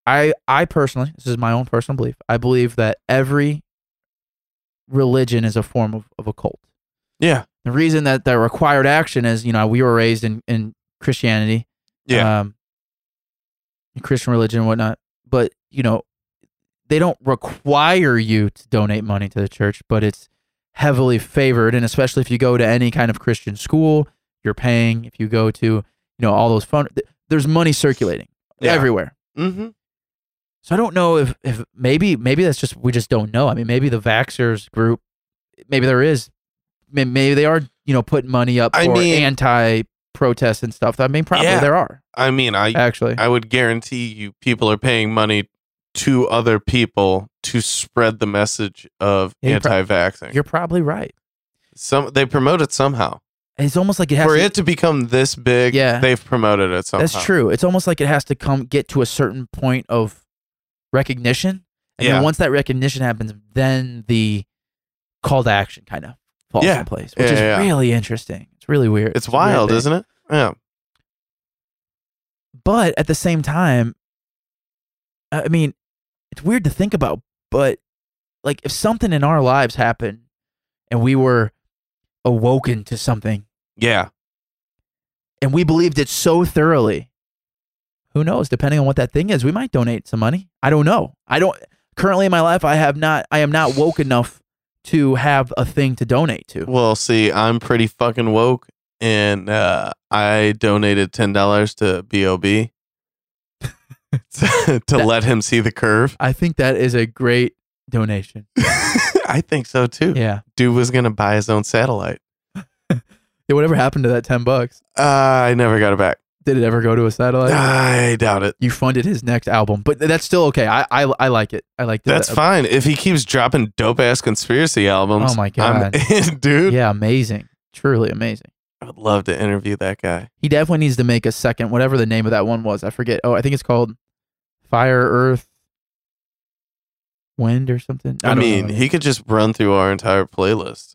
B: i i personally this is my own personal belief i believe that every religion is a form of, of a cult
A: yeah.
B: the reason that that required action is you know we were raised in in christianity
A: Yeah.
B: um christian religion and whatnot but you know they don't require you to donate money to the church but it's heavily favored and especially if you go to any kind of christian school you're paying if you go to you know all those fun th- there's money circulating
A: Yeah.
B: everywhere
A: mm-hmm.
B: so i don't know if if maybe maybe that's just we just don't know i mean maybe the vaxxers group maybe there is may- maybe they are you know putting money up
A: I
B: for
A: mean-
B: anti protests and stuff i mean probably
A: Yeah.
B: there are
A: I mean, I
B: actually
A: I would guarantee you people are paying money to other people to spread the message of
B: Yeah, you're pro-
A: anti-vaxxing.
B: you're probably right
A: Some they promote it somehow.
B: it's almost like it has
A: For
B: to,
A: it to become this big,
B: Yeah.
A: they've promoted it somehow.
B: That's true. It's almost like it has to come get to a certain point of recognition, and
A: Yeah.
B: then once that recognition happens, then the call to action kind of falls
A: Yeah.
B: in place, which
A: Yeah,
B: is
A: yeah, yeah.
B: really interesting. It's really weird.
A: It's wild, isn't it? Yeah.
B: But at the same time, I I mean, it's weird to think about But like if something in our lives happened and we were awoken to something
A: Yeah.
B: and we believed it so thoroughly, who knows? Depending on what that thing is, we might donate some money. I don't know. I don't currently in my life I have not I am not woke enough to have a thing to donate to.
A: Well, see, I'm pretty fucking woke, and uh, I donated ten dollars to Bob to let him see the curve.
B: I think that is a great donation.
A: I think so too.
B: Yeah.
A: Dude was gonna buy his own satellite.
B: Yeah, whatever happened to that 10 bucks?
A: Uh, I never got it back.
B: Did it ever go to a satellite?
A: I doubt it.
B: you funded his next album, but that's still okay. I I, I like it. I like uh, that.
A: That's fine. If he keeps dropping dope ass conspiracy albums,
B: Oh my
A: I'm
B: God.
A: in, dude.
B: Yeah, amazing. Truly amazing.
A: I'd love to interview that guy.
B: He definitely needs to make a second, whatever the name of that one was. I forget. Oh, I think it's called Fire, Earth, Wind, or something.
A: I,
B: don't know
A: mean,
B: what it
A: he
B: is.
A: could just run through our entire playlist.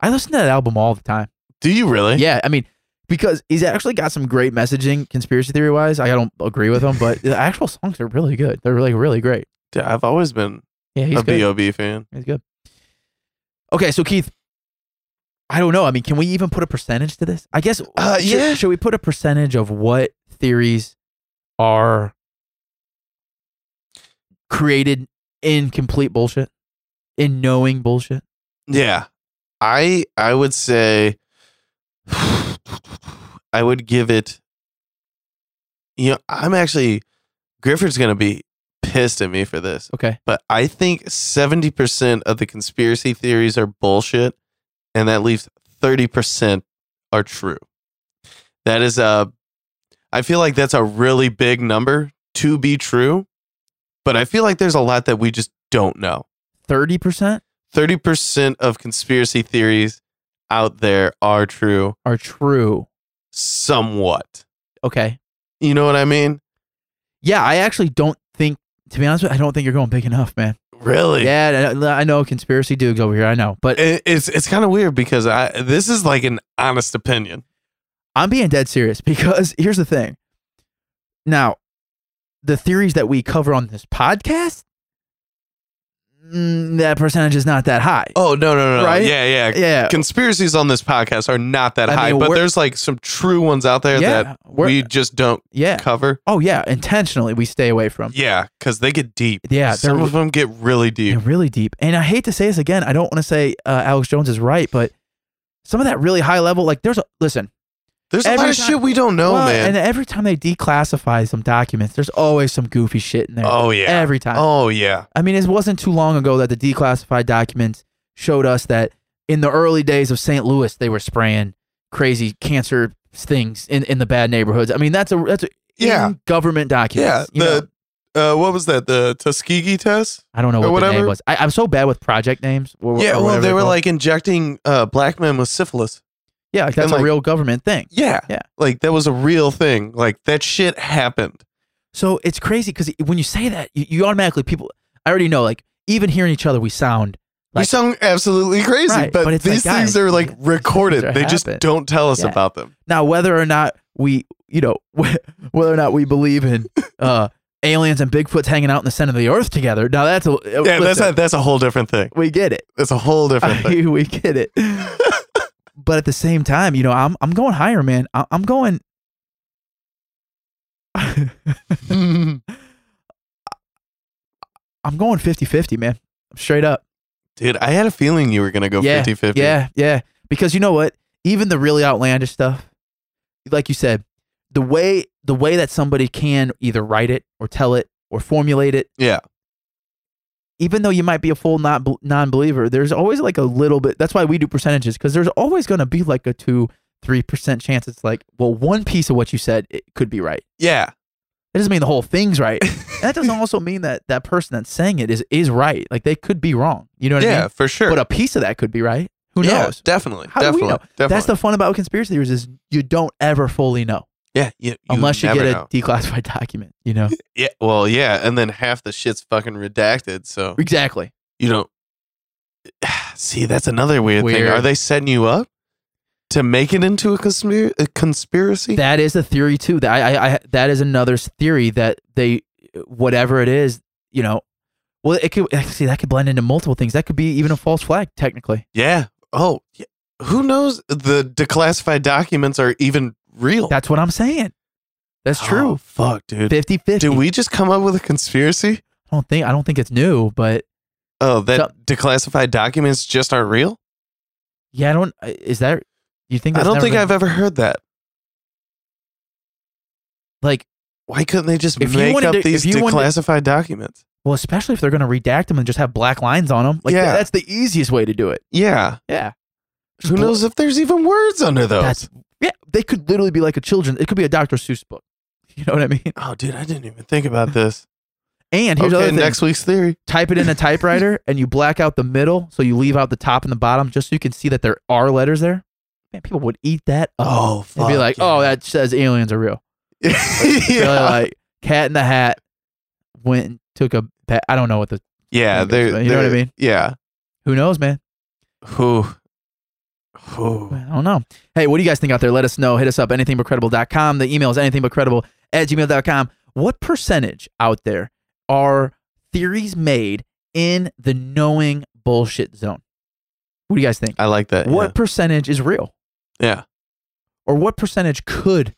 B: I listen to that album all the time.
A: Do you really?
B: Yeah, I mean, because he's actually got some great messaging, conspiracy theory wise. I don't agree with him, but the actual songs are really good. They're really, really great.
A: Dude, I've always been
B: Yeah, he's
A: a
B: good.
A: B.O.B. fan.
B: He's good. Okay, so Keith, I don't know. I mean, can we even put a percentage to this? I guess.
A: Uh,
B: should,
A: yeah.
B: Should we put a percentage of what theories are created in complete bullshit, in knowing bullshit?
A: Yeah. I I would say I would give it you know, I'm actually Griffith's gonna be pissed at me for this.
B: Okay.
A: But I think seventy percent of the conspiracy theories are bullshit and that leaves thirty percent are true. That is a I feel like that's a really big number to be true. But I feel like there's a lot that we just don't know.
B: Thirty percent
A: thirty percent of conspiracy theories out there are true,
B: are true.
A: somewhat.
B: Okay.
A: You know what I mean?
B: Yeah, I actually don't think. To be honest with you, I don't think you're going big enough, man.
A: Really?
B: Yeah, I I know conspiracy dudes over here. I know, but
A: It, it's it's kind of weird because I this is like an honest opinion.
B: I'm being dead serious because here's the thing. Now, the theories that we cover on this podcast, mm, that percentage is not that high.
A: Oh no no no!
B: Right?
A: Yeah yeah.
B: yeah,
A: Conspiracies on this podcast are not that
B: I
A: high,
B: mean,
A: but
B: we're-
A: there's like some true ones out there
B: yeah,
A: that we
B: we're-
A: just don't
B: yeah.
A: cover.
B: Oh yeah, intentionally we stay away from.
A: Yeah, because they get deep.
B: Um, Yeah,
A: some
B: they're-
A: of them get really
B: They're
A: deep.
B: really deep. And I hate to say this again. I don't want to say uh, Alex Jones is right, but some of that really high level, like there's a listen.
A: There's a
B: Every
A: lot of
B: time-
A: shit we don't know,
B: well,
A: man.
B: And every time they declassify some documents, there's always some goofy shit in there.
A: oh yeah.
B: Every time.
A: Oh yeah.
B: I mean, it wasn't too long ago that the declassified documents showed us that in the early days of St. Louis, they were spraying crazy cancer things in, in the bad neighborhoods. I mean, that's a that's a
A: Yeah.
B: in government
A: Yeah,
B: documents. you know?
A: the uh, what was that? The Tuskegee test?
B: I don't know
A: or
B: what the
A: whatever.
B: name was. I, I'm so bad with project names. Or,
A: yeah,
B: or
A: well,
B: whatever
A: they
B: they're
A: were
B: called.
A: like injecting uh, black men with syphilis.
B: yeah, like, that's
A: and,
B: a
A: like-
B: real government thing.
A: Yeah,
B: Yeah.
A: like that was a real thing. Like that shit happened.
B: So it's crazy because when you say that, you, you automatically people. I already know, like even hearing each other, we sound
A: we
B: Like-
A: sound absolutely crazy,
B: Right,
A: but,
B: but it's like,
A: these things
B: guys,
A: are like
B: these things
A: recorded.
B: are
A: they just
B: happened.
A: don't tell us
B: Yeah.
A: about them.
B: Now, whether or not we, you know, whether or not we believe in uh, aliens and Bigfoot's hanging out in the center of the earth together, now that's a yeah,
A: Yeah, that's a, that's a whole different thing.
B: we get it,
A: That's a whole different thing.
B: we get it. but at the same time, you know, I'm I'm going higher, man. I, I'm going. I'm going 50-50, man. Straight up.
A: Dude, I had a feeling you were gonna go
B: Yeah,
A: 50 50.
B: Yeah, yeah. Because you know what? Even the really outlandish stuff, like you said, the way the way that somebody can either write it or tell it or formulate it,
A: Yeah.
B: even though you might be a full not non believer, there's always like a little bit. That's why we do percentages because there's always going to be like a two three percent chance. It's like, well, one piece of what you said it could be right.
A: Yeah.
B: That doesn't mean the whole thing's right. And that doesn't also mean that that person that's saying it is is right. Like they could be wrong. You know what I
A: yeah,
B: mean?
A: for sure.
B: But a piece of that could be right. Who
A: yeah,
B: knows?
A: Definitely.
B: How do we
A: definitely.
B: know?
A: Definitely.
B: That's the fun about conspiracy theories is you don't ever fully know
A: yeah, you, you
B: unless you
A: never
B: get a
A: know.
B: declassified document. You know
A: Yeah, well, yeah, and then half the shit's fucking redacted, so
B: exactly.
A: you don't see. That's another weird, thing.
B: Weird.
A: Are they setting you up to make it into a, conspir- a conspiracy?
B: That is a theory too. That I, I, I that is another s- theory that they whatever it is, you know, Well, it could eh, see that could blend into multiple things. That could be even a false flag, technically.
A: Yeah. Oh, yeah. who knows? The declassified documents are even real.
B: That's what I'm saying. That's
A: Oh,
B: true.
A: fuck, dude.
B: 50 50.
A: Did we just come up with a conspiracy?
B: I don't think I don't think it's new, but
A: Oh, that
B: So-
A: declassified documents just aren't real?
B: yeah, I don't. eh, Is that you think?
A: I
B: That's
A: don't
B: never
A: think
B: been-
A: I've ever heard that.
B: like.
A: Why couldn't they just
B: If you
A: make
B: wanted
A: up
B: to-
A: these
B: if you wanted-
A: declassified documents?
B: Well, especially if they're going to redact them and just have black lines on them. Like
A: Yeah.
B: that's the easiest way to do it.
A: Yeah.
B: Yeah.
A: Who knows if there's even words under those?
B: That's yeah. They could literally be like a children. It could be a Dr. Seuss book. You know what I mean?
A: oh, dude, I didn't even think about this.
B: And here's
A: okay,
B: other thing.
A: next week's theory.
B: Type it in a typewriter and you black out the middle, so you leave out the top and the bottom, just so you can see that there are letters there. Man, people would eat that up.
A: Oh, fuck.
B: They'd be like,
A: yeah.
B: "Oh, that says aliens are real." They're
A: yeah.
B: like Cat in the Hat went and took a. ba- I don't know what the.
A: yeah, they're,
B: You know what I
A: they're-
B: mean?
A: Yeah.
B: Who knows, man.
A: Who? Who?
B: I don't know. Hey, what do you guys think out there? Let us know. Hit us up, anythingbutcredible.com. The email is anythingbutcredible at gmail.com. What percentage out there are theories made in the knowing bullshit zone? What do you guys think?
A: I like that.
B: What percentage is real?
A: Yeah. Yeah.
B: Or what percentage could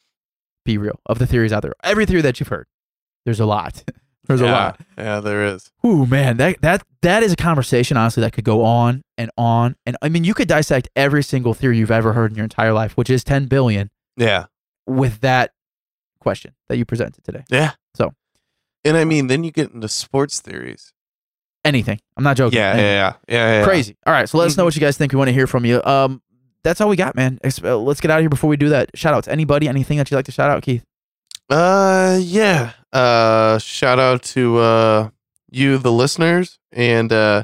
B: be real of the theories out there? Every theory that you've heard. There's a lot. There's a
A: yeah.
B: lot.
A: Yeah, there is.
B: Ooh, man, that that that is a conversation, honestly, that could go on and on. And I mean, you could dissect every single theory you've ever heard in your entire life, which is 10 billion,
A: Yeah.
B: with that question that you presented today.
A: Yeah.
B: So.
A: And I mean, then you get into sports theories.
B: Anything. I'm not joking.
A: Yeah, yeah,
B: Anything.
A: yeah, yeah, yeah, yeah.
B: Crazy. All right. So let us know what you guys think. We want to hear from you. Um, that's all we got, man. Ex- uh, Let's get out of here before we do that. Shout outs. Anybody, anything that you'd like to shout out, Keith?
A: Uh, yeah. Uh, shout out to uh you, the listeners, and uh,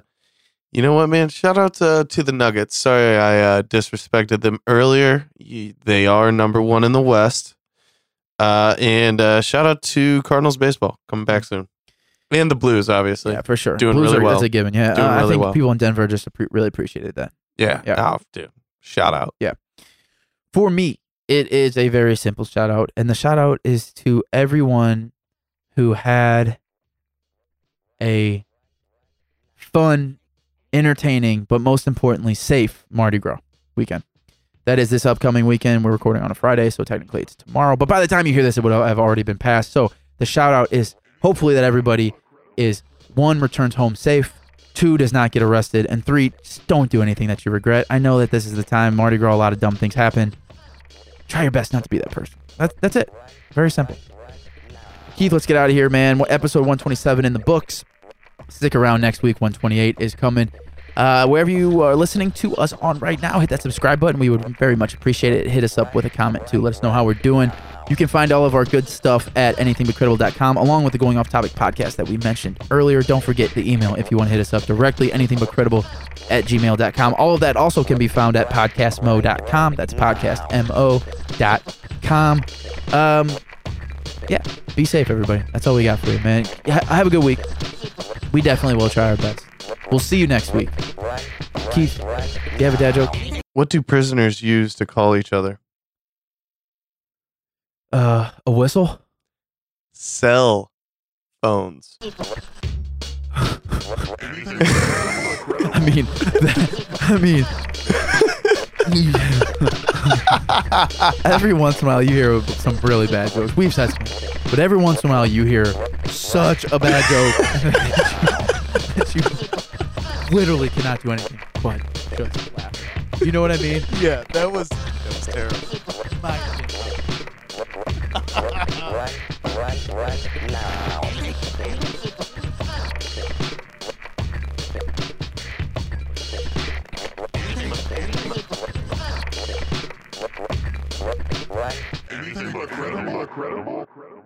A: you know what, man? Shout out to, to the Nuggets. Sorry, I uh, disrespected them earlier. You, they are number one in the West. Uh, and uh, shout out to Cardinals baseball coming back soon, and the Blues, obviously.
B: yeah, for sure.
A: doing
B: Blues
A: really
B: are-
A: well.
B: That's a given. Yeah.
A: Doing
B: Uh, I
A: really
B: think
A: well.
B: people in Denver just appre- really appreciated that.
A: Yeah,
B: Yeah.
A: Oh, dude, shout out.
B: for me, it is a very simple shout out. And the shout out is to everyone who had a fun, entertaining, but most importantly, safe Mardi Gras weekend. That is this upcoming weekend. We're recording on a Friday, so technically it's tomorrow. But by the time you hear this, it would have already been passed. So the shout out is hopefully that everybody is one, returns home safe, two, does not get arrested, and three, just don't do anything that you regret. I know that this is the time Mardi Gras, a lot of dumb things happen. Try your best not to be that person. That's that's it. Very simple. Keith, let's get out of here, man. What episode 127 in the books? Stick around next week. 128 is coming. Uh, wherever you are listening to us on right now, hit that subscribe button. We would very much appreciate it. Hit us up with a comment too. Let us know how we're doing. You can find all of our good stuff at anythingbutcredible.com, along with the Going Off Topic podcast that we mentioned earlier. Don't forget the email if you want to hit us up directly, anythingbutcredible at gmail.com. All of that also can be found at podcastmo.com. That's podcastmo.com. Um, yeah, be safe, everybody. That's all we got for you, man. Ha- have a good week. We definitely will try our best. We'll see you next week. Keith, do you have a dad joke?
A: What do prisoners use to call each other?
B: Uh, a whistle?
A: Cell phones.
B: I mean, I mean, every once in a while you hear some really bad jokes. We've said some, but every once in a while you hear such a bad joke that you literally cannot do anything but just laugh. You know what I mean?
A: Yeah, that was that was terrible.
B: My-
E: Anything but credible.